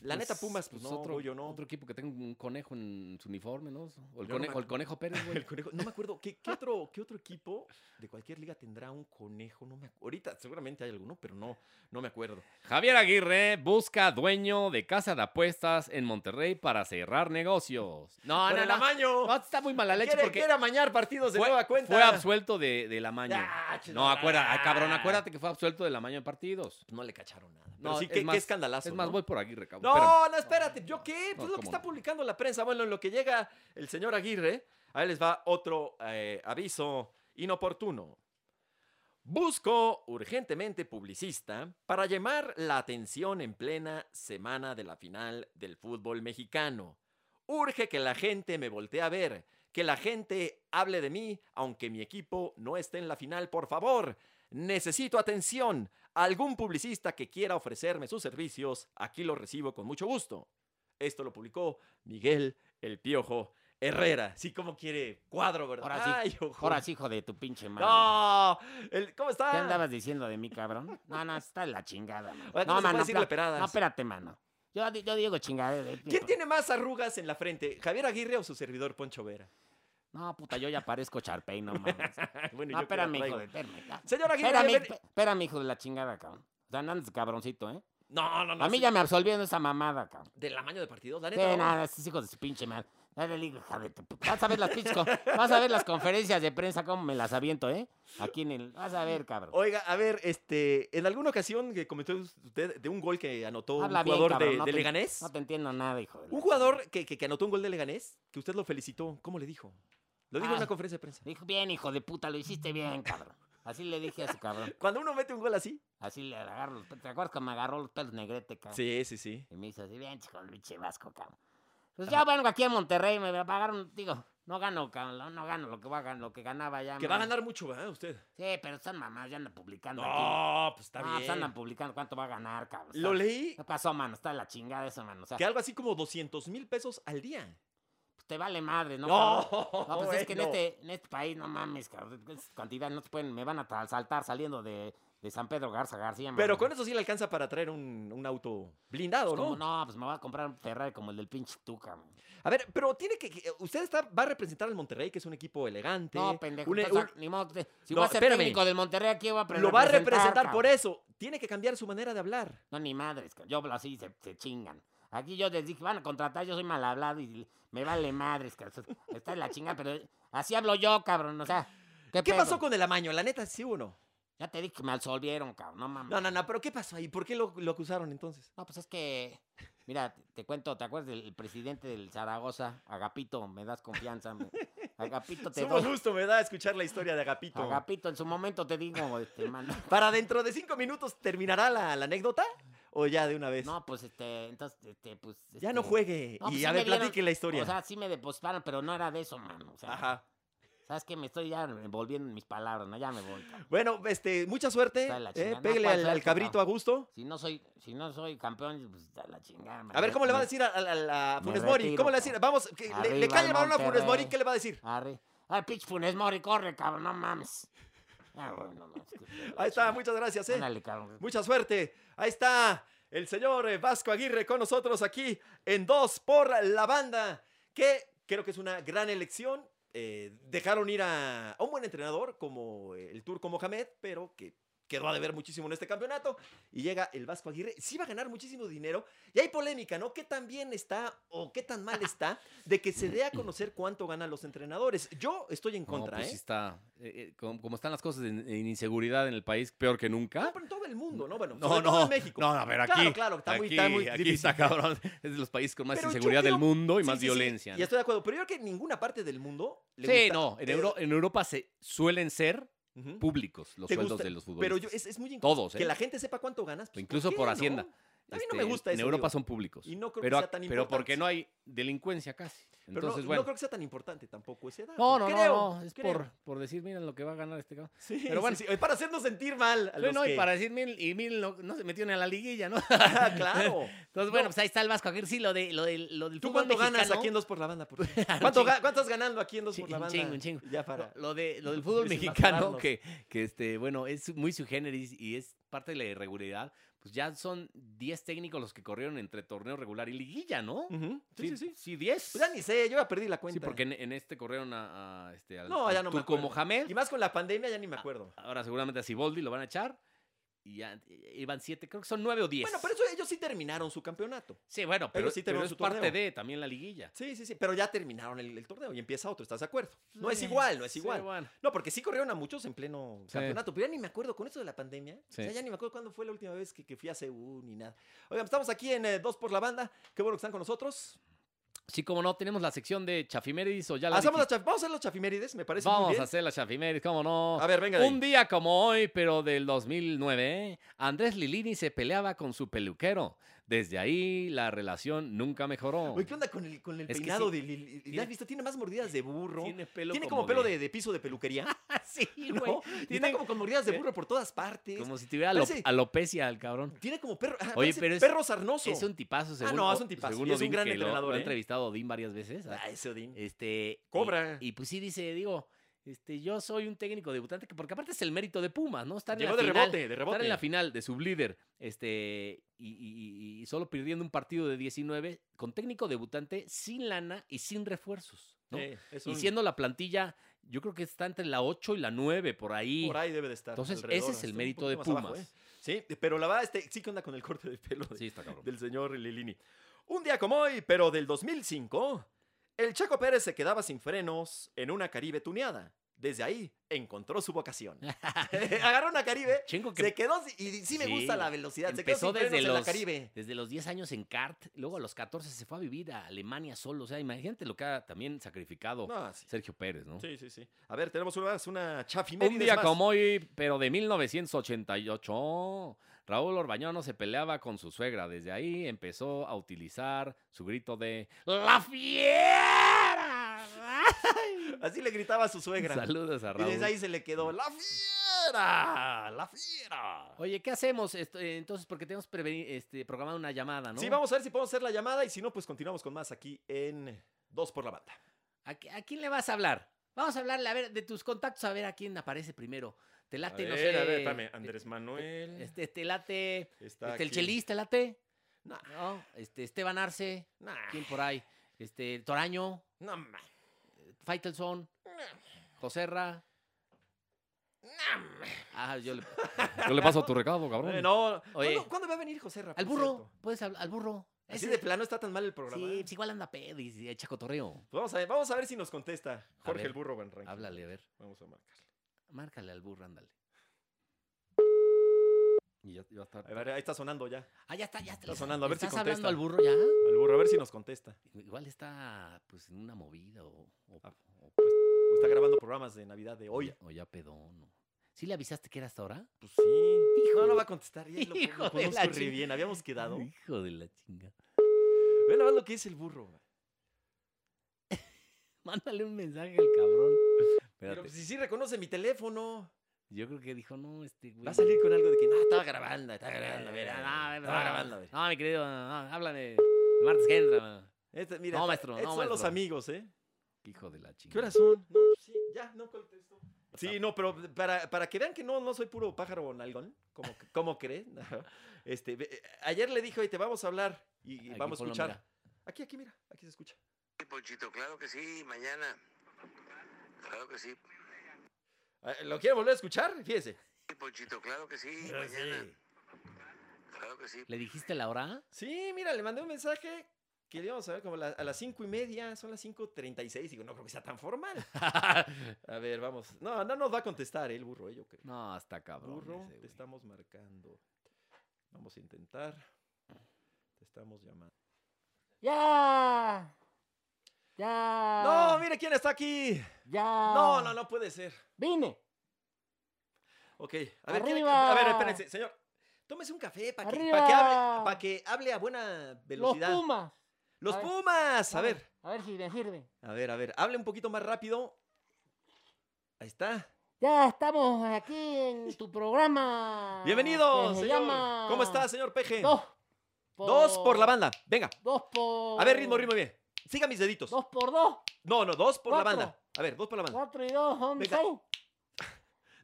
[SPEAKER 1] la neta, Pumas, pues, no,
[SPEAKER 2] otro,
[SPEAKER 1] Goyo, no.
[SPEAKER 2] Otro equipo que tenga un conejo en su uniforme, ¿no? O el,
[SPEAKER 1] Yo no me
[SPEAKER 2] conejo, el
[SPEAKER 1] acu-
[SPEAKER 2] conejo Pérez, güey.
[SPEAKER 1] El conejo. No me acuerdo. ¿Qué, qué otro, ¿Qué otro equipo de cualquier liga tendrá un conejo? No me acu- Ahorita seguramente hay alguno, pero no, no me acuerdo.
[SPEAKER 2] Javier Aguirre busca dueño de casa de apuestas en Monterrey para cerrar negocios. No,
[SPEAKER 1] Bueno,
[SPEAKER 2] no,
[SPEAKER 1] el
[SPEAKER 2] no.
[SPEAKER 1] amaño.
[SPEAKER 2] No, está muy mala leche
[SPEAKER 1] quiere,
[SPEAKER 2] porque
[SPEAKER 1] quiere amañar partidos Pues de
[SPEAKER 2] fue,
[SPEAKER 1] nueva cuenta.
[SPEAKER 2] fue absuelto de, de la maña.
[SPEAKER 1] Ah,
[SPEAKER 2] No, acuérdate,
[SPEAKER 1] chingada.
[SPEAKER 2] cabrón, acuérdate que fue absuelto de la maña en partidos.
[SPEAKER 1] No le cacharon nada. Pero
[SPEAKER 2] No,
[SPEAKER 1] sí,
[SPEAKER 2] es
[SPEAKER 1] qué,
[SPEAKER 2] más-
[SPEAKER 1] qué escandalazo.
[SPEAKER 2] Es más,
[SPEAKER 1] ¿no?
[SPEAKER 2] voy por Aguirre, cabrón.
[SPEAKER 1] No,
[SPEAKER 2] espérame.
[SPEAKER 1] no, espérate. ¿Yo qué?
[SPEAKER 2] No,
[SPEAKER 1] Pues lo que
[SPEAKER 2] cómo
[SPEAKER 1] está
[SPEAKER 2] no.
[SPEAKER 1] publicando la prensa. Bueno, en lo que llega el señor Aguirre, ahí les va otro eh, aviso inoportuno. Busco urgentemente publicista para llamar la atención en plena semana de la final del fútbol mexicano. Urge que la gente me voltee a ver, que la gente hable de mí, aunque mi equipo no esté en la final, por favor. Necesito atención. Algún publicista que quiera ofrecerme sus servicios, aquí lo recibo con mucho gusto. Esto lo publicó Miguel El Piojo Herrera. Sí, como quiere cuadro, ¿verdad?
[SPEAKER 3] Ahora sí,
[SPEAKER 1] Ay, ojo.
[SPEAKER 3] Ahora sí, hijo de tu pinche madre.
[SPEAKER 1] No, el- ¿cómo está?
[SPEAKER 3] ¿Qué andabas diciendo de mí, cabrón? No, no, está de la chingada. mano.
[SPEAKER 1] Oye, ¿cómo
[SPEAKER 3] no,
[SPEAKER 1] se puede decir
[SPEAKER 3] espera-
[SPEAKER 1] leperadas?
[SPEAKER 3] no, espérate, mano. Yo, di- yo digo chingadera. eh,
[SPEAKER 1] ¿Quién
[SPEAKER 3] pues.
[SPEAKER 1] tiene más arrugas en la frente, Javier Aguirre o su servidor Poncho Vera?
[SPEAKER 3] No, puta, yo ya parezco Charpey, no mames.
[SPEAKER 1] bueno,
[SPEAKER 3] No,
[SPEAKER 1] yo que la
[SPEAKER 3] espérame,
[SPEAKER 1] traigo.
[SPEAKER 3] hijo de perme. ya.
[SPEAKER 1] Señor Aguirre,
[SPEAKER 3] Espérame,
[SPEAKER 1] bienven-
[SPEAKER 3] esp- espérame, hijo de la chingada, cabrón. O sea, no andes cabroncito, ¿eh?
[SPEAKER 1] No, no, no.
[SPEAKER 3] A mí
[SPEAKER 1] sí.
[SPEAKER 3] ya me absolvieron esa mamada, cabrón.
[SPEAKER 1] Del amaño de partidos, la
[SPEAKER 3] Sí,
[SPEAKER 1] neta.
[SPEAKER 3] nada, estos hijos de su pinche madre. Dale, liga, hija de tu pu- Vas a ver las pinches con- vas a ver las conferencias de prensa, cómo me las aviento, ¿eh? Aquí en el... Vas a ver, cabrón.
[SPEAKER 1] Oiga, a ver, este, en alguna ocasión que comentó usted de un gol que anotó
[SPEAKER 3] Habla
[SPEAKER 1] un
[SPEAKER 3] bien,
[SPEAKER 1] jugador
[SPEAKER 3] cabrón,
[SPEAKER 1] de,
[SPEAKER 3] no
[SPEAKER 1] de
[SPEAKER 3] te-
[SPEAKER 1] Leganés.
[SPEAKER 3] No te entiendo nada, hijo de la
[SPEAKER 1] Un jugador que, que- que anotó un gol de Leganés, que usted lo felicitó. ¿Cómo le dijo? Lo dijo en
[SPEAKER 3] Ah.
[SPEAKER 1] una conferencia de prensa.
[SPEAKER 3] Dijo, bien, hijo de puta, lo hiciste bien, cabrón. Así le dije a su cabrón.
[SPEAKER 1] Cuando uno mete un gol así.
[SPEAKER 3] Así le agarro los pelos. ¿Te acuerdas que me agarró los pelos negrete, cabrón?
[SPEAKER 1] Sí, sí, sí.
[SPEAKER 3] Y me hizo así, bien, chico, el pinche vasco, cabrón. Pues ya vengo aquí a Monterrey, me pagaron, digo, no gano, cabrón, no, no gano lo que, va a gan- lo que ganaba ya.
[SPEAKER 1] Que
[SPEAKER 3] me-
[SPEAKER 1] va a ganar mucho, ¿verdad? Usted.
[SPEAKER 3] Sí, pero están mamás, ya andan publicando aquí.
[SPEAKER 1] No, pues está
[SPEAKER 3] Ah, No, pues andan
[SPEAKER 1] bien.
[SPEAKER 3] publicando cuánto va a ganar, cabrón.
[SPEAKER 1] Lo
[SPEAKER 3] Está-
[SPEAKER 1] leí
[SPEAKER 3] ¿Qué pasó, mano? Está de la chingada eso, mano. O sea,
[SPEAKER 1] que algo así como 200 mil pesos al día.
[SPEAKER 3] pues te vale madre, ¿no? cabrón? No, pues es que en
[SPEAKER 1] bueno.
[SPEAKER 3] este, en este país, no mames, cabrón. Es cantidad, no te pueden, me van a tra- saltar saliendo de, de San Pedro Garza García,
[SPEAKER 1] Pero
[SPEAKER 3] mano.
[SPEAKER 1] con eso sí le alcanza para traer un, un auto blindado,
[SPEAKER 3] Pues
[SPEAKER 1] ¿no?
[SPEAKER 3] como, no, pues me voy a comprar un Ferrari como el del pinche Tuca, man.
[SPEAKER 1] A ver, pero tiene que. que- Usted está, va a representar al Monterrey, que es un equipo elegante.
[SPEAKER 3] No, pendejo.
[SPEAKER 1] un- e,
[SPEAKER 3] entonces,
[SPEAKER 1] un-
[SPEAKER 3] ni modo, te- si
[SPEAKER 1] No,
[SPEAKER 3] voy a ser
[SPEAKER 1] espérame.
[SPEAKER 3] técnico del Monterrey, aquí voy a pre-
[SPEAKER 1] lo va a representar
[SPEAKER 3] cabrón.
[SPEAKER 1] por eso. Tiene que cambiar su manera de hablar.
[SPEAKER 3] No, ni madres, cabrón. yo hablo así, se, se chingan. Aquí yo les dije, van a contratar, yo soy mal hablado y me vale madres, cabrón. Está en la chingada, pero así hablo yo, cabrón. O sea, ¿qué,
[SPEAKER 1] ¿Qué
[SPEAKER 3] pedo?
[SPEAKER 1] pasó con el amaño? La neta, sí o no.
[SPEAKER 3] Ya te dije que me absolvieron, cabrón. No mames.
[SPEAKER 1] No, no, no, pero ¿qué pasó ahí? ¿Por qué lo, lo acusaron entonces?
[SPEAKER 3] No, pues es que. Mira, te, te cuento, ¿te acuerdas del presidente del Zaragoza? Agapito, me das confianza. me- Agapito te
[SPEAKER 1] Sumo
[SPEAKER 3] doy.
[SPEAKER 1] gusto me da escuchar la historia de Agapito.
[SPEAKER 3] Agapito, en su momento te digo, este, mano.
[SPEAKER 1] ¿Para dentro de cinco minutos terminará la, la anécdota? ¿O ya de una vez?
[SPEAKER 3] No, pues este, entonces, este, pues.
[SPEAKER 1] ya no
[SPEAKER 3] este,
[SPEAKER 1] juegue.
[SPEAKER 3] no, pues
[SPEAKER 1] y
[SPEAKER 3] sí
[SPEAKER 1] a
[SPEAKER 3] me
[SPEAKER 1] ver,
[SPEAKER 3] dieron-
[SPEAKER 1] platique la historia.
[SPEAKER 3] O sea, sí me depositaron, pero no era de eso, mano. O sea,
[SPEAKER 1] Ajá.
[SPEAKER 3] ¿sabes qué? Me estoy ya envolviendo en mis palabras, ¿no? Ya me voy. cabrón.
[SPEAKER 1] Bueno, este, mucha suerte.
[SPEAKER 3] Está de la
[SPEAKER 1] eh,
[SPEAKER 3] chingada. No, pues,
[SPEAKER 1] pégale
[SPEAKER 3] ¿cuál
[SPEAKER 1] al, al
[SPEAKER 3] suerte,
[SPEAKER 1] cabrito
[SPEAKER 3] no?
[SPEAKER 1] a gusto.
[SPEAKER 3] Si no soy, si no soy campeón, pues a la chingada. man.
[SPEAKER 1] A ver, ¿cómo le va a
[SPEAKER 3] Me-
[SPEAKER 1] decir a, a- a- a
[SPEAKER 3] me
[SPEAKER 1] Funes Mori?
[SPEAKER 3] retiro,
[SPEAKER 1] ¿Cómo le va a decir?
[SPEAKER 3] cabrón.
[SPEAKER 1] Vamos, que le, le
[SPEAKER 3] Arriba
[SPEAKER 1] cae
[SPEAKER 3] el
[SPEAKER 1] el balón a Funes Mori,
[SPEAKER 3] Monterrey.
[SPEAKER 1] ¿qué le va a decir?
[SPEAKER 3] Arre. Ay, pinche Funes Mori, corre, cabrón, no mames. Ah, bueno, no. es que-
[SPEAKER 1] Ahí está, muchas gracias, eh.
[SPEAKER 3] Ándale, cabrón.
[SPEAKER 1] Mucha suerte. Ahí está el señor eh, Vasco Aguirre con nosotros aquí en Dos por la Banda, que creo que es una gran elección. Eh, dejaron ir a, a un buen entrenador como eh, el turco Mohamed, pero que quedó a deber muchísimo en este campeonato. Y llega el Vasco Aguirre. Sí va a ganar muchísimo dinero. Y hay polémica, ¿no? ¿Qué tan bien está o qué tan mal está de que se dé a conocer cuánto ganan los entrenadores? Yo estoy en
[SPEAKER 2] No,
[SPEAKER 1] contra,
[SPEAKER 2] pues sí
[SPEAKER 1] ¿eh?
[SPEAKER 2] está. eh, eh, como, como están las cosas en, en inseguridad en el país, peor que
[SPEAKER 1] No,
[SPEAKER 2] nunca.
[SPEAKER 1] pero en todo el mundo, ¿no? Bueno,
[SPEAKER 2] No,
[SPEAKER 1] sobre todo
[SPEAKER 2] no.
[SPEAKER 1] en México.
[SPEAKER 2] No, a ver, aquí.
[SPEAKER 1] Claro, claro, está muy-
[SPEAKER 2] aquí,
[SPEAKER 1] está muy
[SPEAKER 2] aquí
[SPEAKER 1] difícil.
[SPEAKER 2] está cabrón. Es de los países con más
[SPEAKER 1] Pero yo
[SPEAKER 2] inseguridad del
[SPEAKER 1] creo-
[SPEAKER 2] mundo y
[SPEAKER 1] Sí,
[SPEAKER 2] más
[SPEAKER 1] sí, sí,
[SPEAKER 2] violencia.
[SPEAKER 1] Y
[SPEAKER 2] ¿no?
[SPEAKER 1] estoy de acuerdo, pero yo creo que en ninguna parte del mundo le
[SPEAKER 2] sí,
[SPEAKER 1] gusta-
[SPEAKER 2] no. En,
[SPEAKER 1] eh,
[SPEAKER 2] Euro- en Europa se suelen ser
[SPEAKER 1] ujú.
[SPEAKER 2] públicos los
[SPEAKER 1] Te
[SPEAKER 2] sueldos
[SPEAKER 1] gusta-
[SPEAKER 2] de los futbolistas.
[SPEAKER 1] Pero yo, es, es muy incómodo.
[SPEAKER 2] Todos, ¿eh?
[SPEAKER 1] Que la gente sepa cuánto ganas. pues,
[SPEAKER 2] Incluso por
[SPEAKER 1] no?
[SPEAKER 2] Hacienda. Este,
[SPEAKER 1] A mí no me gusta
[SPEAKER 2] En
[SPEAKER 1] eso,
[SPEAKER 2] Europa
[SPEAKER 1] digo.
[SPEAKER 2] son públicos.
[SPEAKER 1] Y no creo
[SPEAKER 2] pero,
[SPEAKER 1] que sea tan
[SPEAKER 2] pero
[SPEAKER 1] importante.
[SPEAKER 2] porque no hay delincuencia casi.
[SPEAKER 1] Pero no-
[SPEAKER 2] Entonces,
[SPEAKER 1] no,
[SPEAKER 2] bueno.
[SPEAKER 1] creo que sea tan importante tampoco ese dato.
[SPEAKER 2] No, no, no,
[SPEAKER 1] Creo,
[SPEAKER 2] no, Es
[SPEAKER 1] creo.
[SPEAKER 2] por, por decir, miren lo que va a ganar este cabrón.
[SPEAKER 1] Sí,
[SPEAKER 2] pero
[SPEAKER 1] pero
[SPEAKER 2] bueno.
[SPEAKER 1] bueno. Para hacernos sentir mal. a
[SPEAKER 2] Sí,
[SPEAKER 1] los
[SPEAKER 2] no, y
[SPEAKER 1] que-
[SPEAKER 2] para decir, miren, y miren, no, no se metieron a la liguilla, ¿no?
[SPEAKER 1] Ah, claro.
[SPEAKER 2] Entonces, bueno,
[SPEAKER 1] No.
[SPEAKER 2] pues ahí está el Vasco Aguirre. Sí, lo, de, lo, del- lo del
[SPEAKER 1] ¿Tú
[SPEAKER 2] fútbol
[SPEAKER 1] cuánto ganas
[SPEAKER 2] mexicano-
[SPEAKER 1] aquí en dos por la banda? por-
[SPEAKER 2] Un
[SPEAKER 1] ¿Cuánto,
[SPEAKER 2] chingo.
[SPEAKER 1] ga- ¿Cuánto estás ganando aquí en dos
[SPEAKER 2] Sí,
[SPEAKER 1] por la
[SPEAKER 2] un
[SPEAKER 1] banda?
[SPEAKER 2] chingo, un chingo.
[SPEAKER 1] Ya para.
[SPEAKER 2] Lo, lo de, lo del fútbol
[SPEAKER 1] Dicen
[SPEAKER 2] mexicano,
[SPEAKER 1] bastarnos.
[SPEAKER 2] que, que este, bueno, es muy su generis y es parte de la irregularidad. Pues ya son 10 técnicos los que corrieron entre torneo regular y liguilla, ¿no?
[SPEAKER 1] Ujú, Sí, sí, sí.
[SPEAKER 2] Sí, 10.
[SPEAKER 1] Pues ya ni sé, yo ya perdí la cuenta.
[SPEAKER 2] Sí, porque en, en este corrieron a, a, este, al,
[SPEAKER 1] No,
[SPEAKER 2] al
[SPEAKER 1] ya no me
[SPEAKER 2] Turco
[SPEAKER 1] acuerdo.
[SPEAKER 2] Mohamed.
[SPEAKER 1] Y más con la pandemia ya ni me
[SPEAKER 2] Ah,
[SPEAKER 1] acuerdo.
[SPEAKER 2] Ahora seguramente a Siboldi lo van a echar. Y ya eh, iban 7, creo que son 9 o 10.
[SPEAKER 1] Bueno, pero eso ellos sí terminaron su campeonato.
[SPEAKER 2] Sí, bueno, pero,
[SPEAKER 1] sí
[SPEAKER 2] pero
[SPEAKER 1] terminaron
[SPEAKER 2] es
[SPEAKER 1] su
[SPEAKER 2] parte
[SPEAKER 1] torneo.
[SPEAKER 2] de también la liguilla.
[SPEAKER 1] Sí, sí, sí, pero ya terminaron el, el torneo y empieza otro, ¿estás de acuerdo? No es igual, no es
[SPEAKER 2] Sí,
[SPEAKER 1] igual.
[SPEAKER 2] bueno.
[SPEAKER 1] No, porque sí corrieron a muchos en pleno
[SPEAKER 2] Sí.
[SPEAKER 1] campeonato, pero ya ni me acuerdo con esto de la pandemia.
[SPEAKER 2] Sí.
[SPEAKER 1] O sea, ya ni me acuerdo cuándo fue la última vez que, que fui a Seúl ni nada. Oigan, estamos aquí en eh, Dos por la Banda. Qué bueno que están con nosotros.
[SPEAKER 2] Sí, como no, tenemos la sección de Chafimeris o ya la
[SPEAKER 1] Hacemos
[SPEAKER 2] dijiste.
[SPEAKER 1] las chaf- Vamos a hacer los chafimérides, me parece muy
[SPEAKER 2] Vamos
[SPEAKER 1] bien.
[SPEAKER 2] a hacer la chafimeris, cómo no.
[SPEAKER 1] A ver, venga de ahí.
[SPEAKER 2] Un día como hoy, pero del 2009, ¿eh? Andrés Lilini se peleaba con su peluquero. Desde ahí la relación nunca mejoró.
[SPEAKER 1] Oye, ¿qué onda con el, con el
[SPEAKER 2] Es que sí.
[SPEAKER 1] peinado de Lili? ¿Ya
[SPEAKER 2] Tiene-
[SPEAKER 1] has visto? Tiene más mordidas de burro. Tiene,
[SPEAKER 2] pelo
[SPEAKER 1] como, pelo de... de piso de peluquería.
[SPEAKER 2] sí,
[SPEAKER 1] ¿no?
[SPEAKER 2] güey.
[SPEAKER 1] Y
[SPEAKER 2] Tiene-
[SPEAKER 1] Está como con mordidas de burro por todas partes.
[SPEAKER 2] Como si tuviera alo-
[SPEAKER 1] Parece-
[SPEAKER 2] alopecia el cabrón.
[SPEAKER 1] Tiene como perro. ah,
[SPEAKER 2] Oye,
[SPEAKER 1] parece
[SPEAKER 2] pero es-
[SPEAKER 1] perro sarnoso.
[SPEAKER 2] Es un tipazo, según
[SPEAKER 1] Ah, no, es
[SPEAKER 2] o-
[SPEAKER 1] un tipazo,
[SPEAKER 2] según
[SPEAKER 1] y es un
[SPEAKER 2] Odín,
[SPEAKER 1] gran
[SPEAKER 2] que lo-
[SPEAKER 1] entrenador,
[SPEAKER 2] Lo ha
[SPEAKER 1] ¿eh?
[SPEAKER 2] entrevistado Odín varias veces.
[SPEAKER 1] Ah, ese Odín.
[SPEAKER 2] Este, y-
[SPEAKER 1] Cobra.
[SPEAKER 2] Y, pues sí dice, digo, este, yo soy un técnico debutante, que porque aparte es el mérito de Pumas, ¿no? Estar
[SPEAKER 1] Llegó
[SPEAKER 2] en la
[SPEAKER 1] de
[SPEAKER 2] final,
[SPEAKER 1] rebote, de rebote.
[SPEAKER 2] Estar en la final de sublíder, este, y, y- y- y solo perdiendo un partido de 19 con técnico debutante, sin lana y sin refuerzos, ¿no?
[SPEAKER 1] Eh, es
[SPEAKER 2] y
[SPEAKER 1] un-
[SPEAKER 2] siendo la plantilla, yo creo que está entre la 8 y la 9 por ahí.
[SPEAKER 1] Por ahí debe de estar.
[SPEAKER 2] Entonces,
[SPEAKER 1] alrededor,
[SPEAKER 2] ese es el
[SPEAKER 1] un
[SPEAKER 2] mérito de
[SPEAKER 1] poquito
[SPEAKER 2] Pumas.
[SPEAKER 1] más abajo, ¿eh? Sí, pero la verdad, este, sí que onda con el corte de pelo de-
[SPEAKER 2] Sí, está cabrón.
[SPEAKER 1] del señor Lilini. Un día como hoy, pero del 2005, el Chaco Pérez se quedaba sin frenos en una Caribe tuneada. Desde ahí encontró su vocación. Agarró una Caribe,
[SPEAKER 2] Chingo que
[SPEAKER 1] se quedó sin- y sí me
[SPEAKER 2] Sí,
[SPEAKER 1] gusta la velocidad. Se quedó
[SPEAKER 2] empezó
[SPEAKER 1] sin frenos
[SPEAKER 2] desde
[SPEAKER 1] en la
[SPEAKER 2] los,
[SPEAKER 1] Caribe.
[SPEAKER 2] desde los 10 años en kart, luego a los 14 se fue a vivir a Alemania solo. O sea, imagínate lo que ha también sacrificado
[SPEAKER 1] No, sí.
[SPEAKER 2] Sergio Pérez, ¿no?
[SPEAKER 1] Sí, sí, sí. A ver, tenemos una, una chafimérides
[SPEAKER 2] Un día
[SPEAKER 1] más.
[SPEAKER 2] como hoy, pero de 1988, Raúl Orbañano se peleaba con su suegra. Desde ahí empezó a utilizar su grito de ¡La fiera!
[SPEAKER 1] Así le gritaba a su suegra.
[SPEAKER 2] Saludos a
[SPEAKER 1] Y
[SPEAKER 2] Raúl.
[SPEAKER 1] desde ahí se le quedó la fiera, la fiera.
[SPEAKER 2] Oye, ¿qué hacemos? Esto- eh, entonces, porque tenemos preveni- este, programada una llamada, ¿no?
[SPEAKER 1] Sí, vamos a ver si podemos hacer la llamada y si no, pues continuamos con más aquí en Dos por la Banda.
[SPEAKER 2] ¿A, qui- a quién le vas a hablar? Vamos a hablarle, a ver, de tus contactos, a ver a quién aparece primero. Te late, no sé.
[SPEAKER 1] Manuel.
[SPEAKER 2] Este, te late.
[SPEAKER 1] está
[SPEAKER 2] este, el
[SPEAKER 1] aquí.
[SPEAKER 2] Chelis, te late.
[SPEAKER 1] Nah,
[SPEAKER 2] No, este, Esteban Arce.
[SPEAKER 1] nah,
[SPEAKER 2] ¿Quién por ahí? Este, el Toraño,
[SPEAKER 1] no ma-
[SPEAKER 2] Faitelson, Joserra. Ah, yo le,
[SPEAKER 1] paso tu
[SPEAKER 2] recado, cabrón.
[SPEAKER 1] Eh, no,
[SPEAKER 2] Oye.
[SPEAKER 1] ¿Cuándo, cuándo va a venir José Rafael?
[SPEAKER 2] Al burro, puedes hablar, al burro.
[SPEAKER 1] Así
[SPEAKER 2] Ese-
[SPEAKER 1] de plano está tan mal el programa. Pues
[SPEAKER 2] Sí, pues igual anda pedo y y echa cotorreo.
[SPEAKER 1] Vamos, a ver, vamos a ver si nos contesta Jorge
[SPEAKER 2] ver,
[SPEAKER 1] el Burro Van Ranking.
[SPEAKER 2] Háblale, a ver.
[SPEAKER 1] Vamos a marcarle.
[SPEAKER 2] Márcale al burro, ándale. Y ya, ya está.
[SPEAKER 1] A ver, ahí está sonando ya.
[SPEAKER 2] Ah, ya está, ya está.
[SPEAKER 1] Está sonando, a ver si
[SPEAKER 2] ¿Estás hablando
[SPEAKER 1] contesta.
[SPEAKER 2] al burro ya?
[SPEAKER 1] Al burro, a ver si nos contesta.
[SPEAKER 2] Igual está, pues, en una movida o, o,
[SPEAKER 1] Ah,
[SPEAKER 2] o-
[SPEAKER 1] O está grabando programas de Navidad de
[SPEAKER 2] o
[SPEAKER 1] hoy.
[SPEAKER 2] ya, o ya pedón. o- ¿Sí le avisaste que era hasta ahora?
[SPEAKER 1] Pues sí.
[SPEAKER 2] Hijo
[SPEAKER 1] no,
[SPEAKER 2] de-
[SPEAKER 1] no va a contestar. Ya lo,
[SPEAKER 2] hijo
[SPEAKER 1] lo
[SPEAKER 2] de la
[SPEAKER 1] conozco re
[SPEAKER 2] ching-
[SPEAKER 1] bien. Habíamos quedado. Ve
[SPEAKER 2] Hijo de la chinga.
[SPEAKER 1] nada más lo que es el burro. güey.
[SPEAKER 2] Mándale un mensaje al cabrón.
[SPEAKER 1] Pero
[SPEAKER 2] Espérate.
[SPEAKER 1] pues, si sí reconoce mi teléfono,
[SPEAKER 2] Yo creo que dijo, no, este güey.
[SPEAKER 1] va a salir con algo de que no, estaba grabando, estaba grabando, mira,
[SPEAKER 2] Ah, no,
[SPEAKER 1] estaba grabando.
[SPEAKER 2] no,
[SPEAKER 1] mira.
[SPEAKER 2] no, mi querido, no, no, háblame. El martes que entra, man.
[SPEAKER 1] Este, mira,
[SPEAKER 2] No,
[SPEAKER 1] esta-
[SPEAKER 2] maestro, no,
[SPEAKER 1] estos son los
[SPEAKER 2] maestro.
[SPEAKER 1] amigos, ¿eh?
[SPEAKER 2] Hijo de la chinga.
[SPEAKER 1] ¿Qué horas son? No, pues, sí, ya, no contesto. Sí, no, pero para, para que vean que no, no soy puro pájaro nalgón, como, que- como creen. ajá. Este, ve- eh, ayer le dije, oye, te vamos a hablar y
[SPEAKER 2] Aquí
[SPEAKER 1] vamos a
[SPEAKER 2] ponlo,
[SPEAKER 1] escuchar.
[SPEAKER 2] mira.
[SPEAKER 1] Aquí, aquí, mira, aquí se escucha.
[SPEAKER 4] Sí, Ponchito, claro que sí, mañana. Claro que sí.
[SPEAKER 1] Ah, ¿Lo quieren volver a escuchar? Fíjese.
[SPEAKER 4] Sí, Ponchito, claro que sí, mañana. Claro que sí.
[SPEAKER 2] ¿Le dijiste la hora?
[SPEAKER 1] Sí, mira, le mandé un mensaje que le íbamos a ver como la- a las cinco y media, son las 5.36, digo, no creo que sea tan formal. A ver, vamos. No, no nos va a contestar eh, el burro, eh, yo creo.
[SPEAKER 2] no, está cabrón.
[SPEAKER 1] burro,
[SPEAKER 2] ese,
[SPEAKER 1] te
[SPEAKER 2] güey.
[SPEAKER 1] estamos marcando. Vamos a intentar. Te estamos llamando.
[SPEAKER 3] ¡Ya! ¡Ya!
[SPEAKER 1] No, mire quién está aquí.
[SPEAKER 3] ¡Ya!
[SPEAKER 1] No, no, no puede ser.
[SPEAKER 3] ¡Vine!
[SPEAKER 1] Ok, a ver, ¿quién-
[SPEAKER 3] ¡Arriba!
[SPEAKER 1] a ver, espérense, señor. Tómese un café para que, pa' que
[SPEAKER 3] ¡Arriba!
[SPEAKER 1] hable, pa' que hable a buena
[SPEAKER 3] Los
[SPEAKER 1] velocidad.
[SPEAKER 3] Pumas.
[SPEAKER 1] Los
[SPEAKER 3] A ver.
[SPEAKER 1] Pumas. A ver,
[SPEAKER 3] A ver si me sirve.
[SPEAKER 1] a ver, a ver. Hable un poquito más rápido. Ahí está.
[SPEAKER 3] Ya estamos aquí en tu programa.
[SPEAKER 1] Bienvenido,
[SPEAKER 3] que Ah, se
[SPEAKER 1] señor.
[SPEAKER 3] llama
[SPEAKER 1] ¿Cómo está, señor Peje?
[SPEAKER 3] Dos.
[SPEAKER 1] Dos por la banda. Venga.
[SPEAKER 3] Dos por.
[SPEAKER 1] A ver, ritmo, ritmo, bien. Siga mis deditos.
[SPEAKER 3] Dos por dos.
[SPEAKER 1] No, no, dos por la
[SPEAKER 3] Cuatro.
[SPEAKER 1] banda. A ver, dos por la banda.
[SPEAKER 3] Cuatro y dos son
[SPEAKER 1] Ah. Venga.
[SPEAKER 3] seis.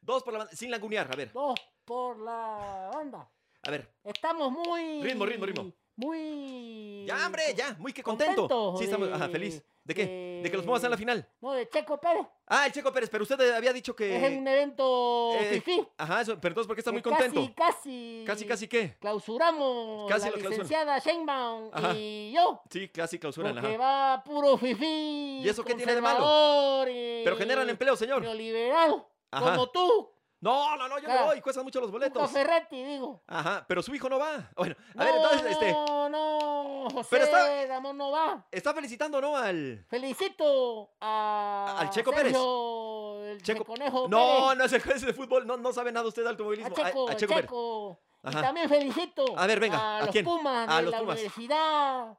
[SPEAKER 1] Dos por la banda. Sin langunear, a ver.
[SPEAKER 3] Dos por la banda.
[SPEAKER 1] A ver.
[SPEAKER 3] Estamos muy.
[SPEAKER 1] Ritmo, ritmo, ritmo.
[SPEAKER 3] Muy.
[SPEAKER 1] Ya, hombre, ya. Muy que contento.
[SPEAKER 3] Contento eh,
[SPEAKER 1] sí, estamos. Ajá,
[SPEAKER 3] de-
[SPEAKER 1] feliz. ¿De qué? De, que los
[SPEAKER 3] de-
[SPEAKER 1] Pumas están en la final.
[SPEAKER 3] No, de Checo Pérez.
[SPEAKER 1] Ah, el Checo Pérez, pero usted había dicho que.
[SPEAKER 3] es un evento.
[SPEAKER 1] eh,
[SPEAKER 3] fifí,
[SPEAKER 1] Ajá, eso, pero entonces, ¿por qué está
[SPEAKER 3] que
[SPEAKER 1] muy contento?
[SPEAKER 3] Casi, casi.
[SPEAKER 1] Casi, casi, ¿qué?
[SPEAKER 3] Clausuramos
[SPEAKER 1] Casi
[SPEAKER 3] la
[SPEAKER 1] lo clausuran.
[SPEAKER 3] licenciada Sheinbaum
[SPEAKER 1] Ajá.
[SPEAKER 3] y yo.
[SPEAKER 1] Sí, casi clausuran.
[SPEAKER 3] Porque
[SPEAKER 1] Ajá.
[SPEAKER 3] va puro fifí.
[SPEAKER 1] ¿Y eso qué tiene de malo?
[SPEAKER 3] conservador y
[SPEAKER 1] Pero generan empleo, señor.
[SPEAKER 3] Neoliberal.
[SPEAKER 1] Ajá.
[SPEAKER 3] Como tú.
[SPEAKER 1] No, no, no, yo
[SPEAKER 3] Cara,
[SPEAKER 1] me voy. Cuestan mucho los
[SPEAKER 3] Tuca
[SPEAKER 1] boletos.
[SPEAKER 3] Ferretti, digo.
[SPEAKER 1] Ajá, pero su hijo no va. Bueno, a
[SPEAKER 3] No,
[SPEAKER 1] ver, entonces, este.
[SPEAKER 3] No, no, José
[SPEAKER 1] Pero está-
[SPEAKER 3] Ramón no va.
[SPEAKER 1] Está felicitando, ¿no? Al.
[SPEAKER 3] Felicito a.
[SPEAKER 1] A- al Checo
[SPEAKER 3] Sergio, El
[SPEAKER 1] Checo-
[SPEAKER 3] Conejo.
[SPEAKER 1] No,
[SPEAKER 3] Pérez.
[SPEAKER 1] no es el juez de fútbol. No, no sabe nada usted de
[SPEAKER 3] A
[SPEAKER 1] automovilismo.
[SPEAKER 3] Checo, a Checo.
[SPEAKER 1] Pérez.
[SPEAKER 3] Y
[SPEAKER 1] Ajá.
[SPEAKER 3] también felicito.
[SPEAKER 1] A ver, venga,
[SPEAKER 3] A,
[SPEAKER 1] ¿a
[SPEAKER 3] los
[SPEAKER 1] quién?
[SPEAKER 3] Pumas.
[SPEAKER 1] A
[SPEAKER 3] de
[SPEAKER 1] los
[SPEAKER 3] la
[SPEAKER 1] Pumas.
[SPEAKER 3] Universidad
[SPEAKER 1] Eh,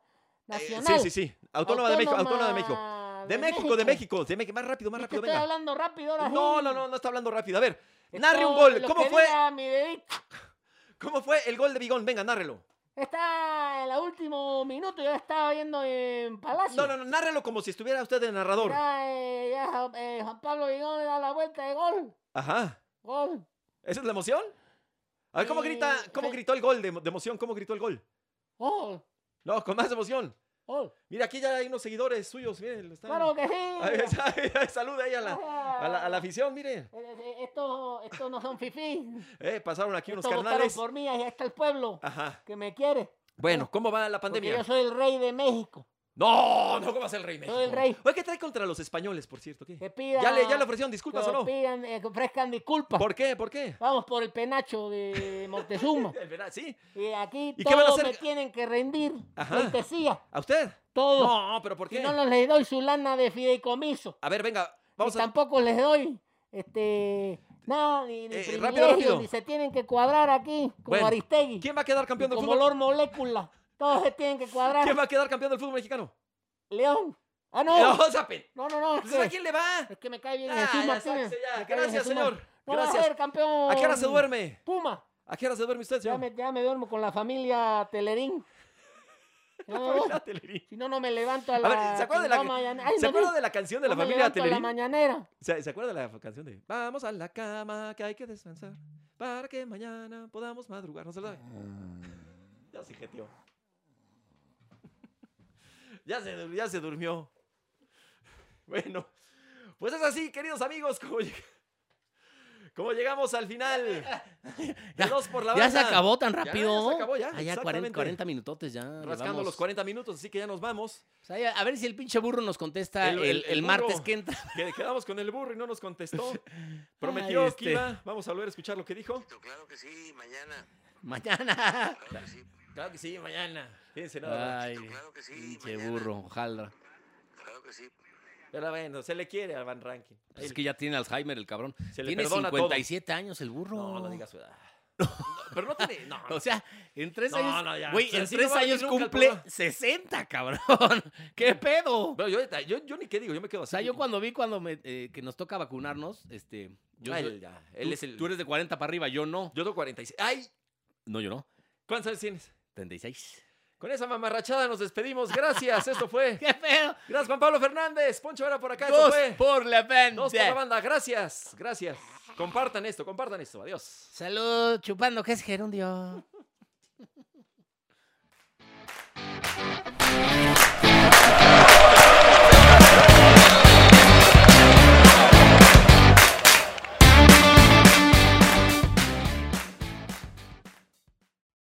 [SPEAKER 3] Nacional.
[SPEAKER 1] Sí, sí, sí. Autónoma, de México, Autónoma de México. De México, de México. De México. Más rápido, más
[SPEAKER 3] Es que
[SPEAKER 1] rápido,
[SPEAKER 3] estoy
[SPEAKER 1] venga.
[SPEAKER 3] hablando rápido ahora sí.
[SPEAKER 1] No, no, no, no está hablando rápido. A ver,
[SPEAKER 3] Esto,
[SPEAKER 1] narre un gol.
[SPEAKER 3] lo
[SPEAKER 1] ¿Cómo
[SPEAKER 3] que
[SPEAKER 1] fue,
[SPEAKER 3] diga mi dedito.
[SPEAKER 1] ¿Cómo fue el gol de Bigón? Venga, nárrelo.
[SPEAKER 3] Está en el último minuto, ya estaba viendo en Palacio.
[SPEAKER 1] No, no, no, nárrelo como si estuviera usted de narrador.
[SPEAKER 3] Ya, eh, ya Juan- eh, Juan Pablo Vigón le da la vuelta de gol.
[SPEAKER 1] Ajá.
[SPEAKER 3] Gol.
[SPEAKER 1] ¿Esa es la emoción? A ver, ¿cómo grita,
[SPEAKER 3] Eh,
[SPEAKER 1] cómo
[SPEAKER 3] fe-
[SPEAKER 1] gritó el gol de, de emoción? ¿Cómo gritó el gol?
[SPEAKER 3] Gol.
[SPEAKER 1] No, con más emoción.
[SPEAKER 3] Gol.
[SPEAKER 1] Mira, aquí ya hay unos seguidores suyos, miren, lo están.
[SPEAKER 3] Claro que sí.
[SPEAKER 1] Ay, ay, ay, Saluda ahí a la, a la- a la afición, miren.
[SPEAKER 3] Eh, eh, Estos estos no son fifís.
[SPEAKER 1] Eh, pasaron aquí unos
[SPEAKER 3] Estos votaron
[SPEAKER 1] carnales.
[SPEAKER 3] por mí, ahí está el pueblo
[SPEAKER 1] Ajá.
[SPEAKER 3] que me quiere.
[SPEAKER 1] Bueno, ¿cómo va la
[SPEAKER 3] Porque
[SPEAKER 1] pandemia?
[SPEAKER 3] yo soy el rey de México.
[SPEAKER 1] No, no, ¿cómo va a ser el rey México?
[SPEAKER 3] Soy el rey.
[SPEAKER 1] Oye, ¿qué trae contra los españoles, por cierto? ¿Qué?
[SPEAKER 3] Que pidan,
[SPEAKER 1] ¿Ya le, ya le ofrecieron
[SPEAKER 3] que
[SPEAKER 1] disculpas o no?
[SPEAKER 3] pidan, eh, que ofrezcan disculpas.
[SPEAKER 1] ¿Por qué? ¿Por qué?
[SPEAKER 3] Vamos por el penacho de Montezuma.
[SPEAKER 1] El verdad, sí.
[SPEAKER 3] y aquí
[SPEAKER 1] ¿Y qué van a
[SPEAKER 3] todos
[SPEAKER 1] hacer?
[SPEAKER 3] me tienen que rendir.
[SPEAKER 1] Ajá.
[SPEAKER 3] Cortesía.
[SPEAKER 1] ¿A usted?
[SPEAKER 3] Todos.
[SPEAKER 1] No, pero ¿por
[SPEAKER 3] Si
[SPEAKER 1] qué?
[SPEAKER 3] no, no les doy su lana de fideicomiso.
[SPEAKER 1] A ver, venga,
[SPEAKER 3] Y
[SPEAKER 1] vamos a.
[SPEAKER 3] tampoco les doy este nada ni, ni
[SPEAKER 1] Eh, rápido,
[SPEAKER 3] privilegios,
[SPEAKER 1] rápido.
[SPEAKER 3] ni se tienen que cuadrar aquí como
[SPEAKER 1] Bueno,
[SPEAKER 3] Aristegui
[SPEAKER 1] ¿Quién va a quedar campeón del
[SPEAKER 3] y como
[SPEAKER 1] fútbol?
[SPEAKER 3] Lord Molécula todos se tienen que cuadrar
[SPEAKER 1] ¿Quién va a quedar campeón del fútbol mexicano?
[SPEAKER 3] León ah
[SPEAKER 1] No,
[SPEAKER 3] no
[SPEAKER 1] Zapen.
[SPEAKER 3] no no no es
[SPEAKER 1] Entonces, Pues, ¿A
[SPEAKER 3] que,
[SPEAKER 1] quién le va?
[SPEAKER 3] es que me cae bien
[SPEAKER 1] Ah,
[SPEAKER 3] Jesús
[SPEAKER 1] ya,
[SPEAKER 3] Martínez
[SPEAKER 1] sáquese ya.
[SPEAKER 3] me cae bien
[SPEAKER 1] Gracias,
[SPEAKER 3] Jesús
[SPEAKER 1] señor.
[SPEAKER 3] Martínez. no va a
[SPEAKER 1] Gracias.
[SPEAKER 3] ser campeón
[SPEAKER 1] ¿A qué hora se duerme?
[SPEAKER 3] Puma
[SPEAKER 1] ¿A qué hora se duerme usted,
[SPEAKER 3] ya
[SPEAKER 1] señor?
[SPEAKER 3] me, ya me duermo con la familia Telerín Ya me voy.
[SPEAKER 1] Familia Telerín.
[SPEAKER 3] si no no me levanto a
[SPEAKER 1] A
[SPEAKER 3] la
[SPEAKER 1] ver, ¿se acuerda de
[SPEAKER 3] chingada
[SPEAKER 1] la,
[SPEAKER 3] mañana- Ay,
[SPEAKER 1] ¿se
[SPEAKER 3] no,
[SPEAKER 1] acuerda
[SPEAKER 3] no,
[SPEAKER 1] de la canción de la
[SPEAKER 3] no me
[SPEAKER 1] familia
[SPEAKER 3] levanto a la
[SPEAKER 1] Telerín?
[SPEAKER 3] mañana
[SPEAKER 1] ¿Se, se acuerda de la canción de Vamos a la cama que hay que descansar para que mañana podamos madrugar? ¿No se lo sabe?
[SPEAKER 2] Ah.
[SPEAKER 1] Ya se jeteó. ya, se, dur- ya se durmió. Bueno, pues es así, queridos amigos, como, lleg- como llegamos al final. De dos por la
[SPEAKER 2] Ya se
[SPEAKER 1] banda.
[SPEAKER 2] acabó tan
[SPEAKER 1] Ya, ya
[SPEAKER 2] rápido.
[SPEAKER 1] se acabó ya,
[SPEAKER 2] Ah, ya 40,
[SPEAKER 1] exactamente.
[SPEAKER 2] 40 minutotes ya.
[SPEAKER 1] Rascando
[SPEAKER 2] llevamos.
[SPEAKER 1] los 40 minutos, así que ya nos vamos.
[SPEAKER 2] O sea, ya- a ver si el pinche burro nos contesta
[SPEAKER 1] El-
[SPEAKER 2] el,
[SPEAKER 1] el-
[SPEAKER 2] el
[SPEAKER 1] el
[SPEAKER 2] martes
[SPEAKER 1] burro.
[SPEAKER 2] que entra.
[SPEAKER 1] Que quedamos con el burro y no nos contestó. Prometió
[SPEAKER 2] Ay, este.
[SPEAKER 1] que iba. Vamos a volver a escuchar lo que dijo.
[SPEAKER 4] Claro que sí, mañana.
[SPEAKER 2] Mañana.
[SPEAKER 4] Claro que sí.
[SPEAKER 1] Claro que sí, mañana. Fíjense nada más.
[SPEAKER 2] Ay,
[SPEAKER 4] Claro que sí,
[SPEAKER 2] pinche
[SPEAKER 4] mañana.
[SPEAKER 2] burro, ojalá.
[SPEAKER 4] Claro que sí.
[SPEAKER 1] Pero bueno, se le quiere al Van Ranking.
[SPEAKER 2] Pues es que ya tiene Alzheimer el cabrón.
[SPEAKER 1] Se le
[SPEAKER 2] Tiene
[SPEAKER 1] perdona todo.
[SPEAKER 2] 57 años el burro.
[SPEAKER 1] No, no diga su edad. No, pero no tiene. No,
[SPEAKER 2] O sea, en tres
[SPEAKER 1] No,
[SPEAKER 2] años.
[SPEAKER 1] no, ya.
[SPEAKER 2] Güey,
[SPEAKER 1] O sea,
[SPEAKER 2] en
[SPEAKER 1] sí
[SPEAKER 2] tres
[SPEAKER 1] no va a venir
[SPEAKER 2] años
[SPEAKER 1] nunca al
[SPEAKER 2] cumple
[SPEAKER 1] programa.
[SPEAKER 2] 60, cabrón. ¿Qué pedo?
[SPEAKER 1] Pero yo, yo, yo ni qué digo, yo me quedo
[SPEAKER 2] O
[SPEAKER 1] así.
[SPEAKER 2] sea, yo cuando vi cuando me, eh, que nos toca vacunarnos, este. Yo
[SPEAKER 1] Ah,
[SPEAKER 2] soy-
[SPEAKER 1] él, ya. Él
[SPEAKER 2] tú,
[SPEAKER 1] es el.
[SPEAKER 2] tú eres de 40 para arriba, yo no.
[SPEAKER 1] Yo tengo 46. ¡Ay!
[SPEAKER 2] No, yo no.
[SPEAKER 1] ¿Cuántos años tienes?
[SPEAKER 2] 36.
[SPEAKER 1] Con esa mamarrachada nos despedimos. Gracias, esto fue.
[SPEAKER 2] ¡Qué pedo!
[SPEAKER 1] Gracias, Juan Pablo Fernández. Poncho era por acá. Esto
[SPEAKER 2] Dos
[SPEAKER 1] fue.
[SPEAKER 2] por la banda.
[SPEAKER 1] Dos por la banda. Gracias, gracias. Compartan esto, compartan esto. Adiós.
[SPEAKER 2] Salud, chupando, que es gerundio.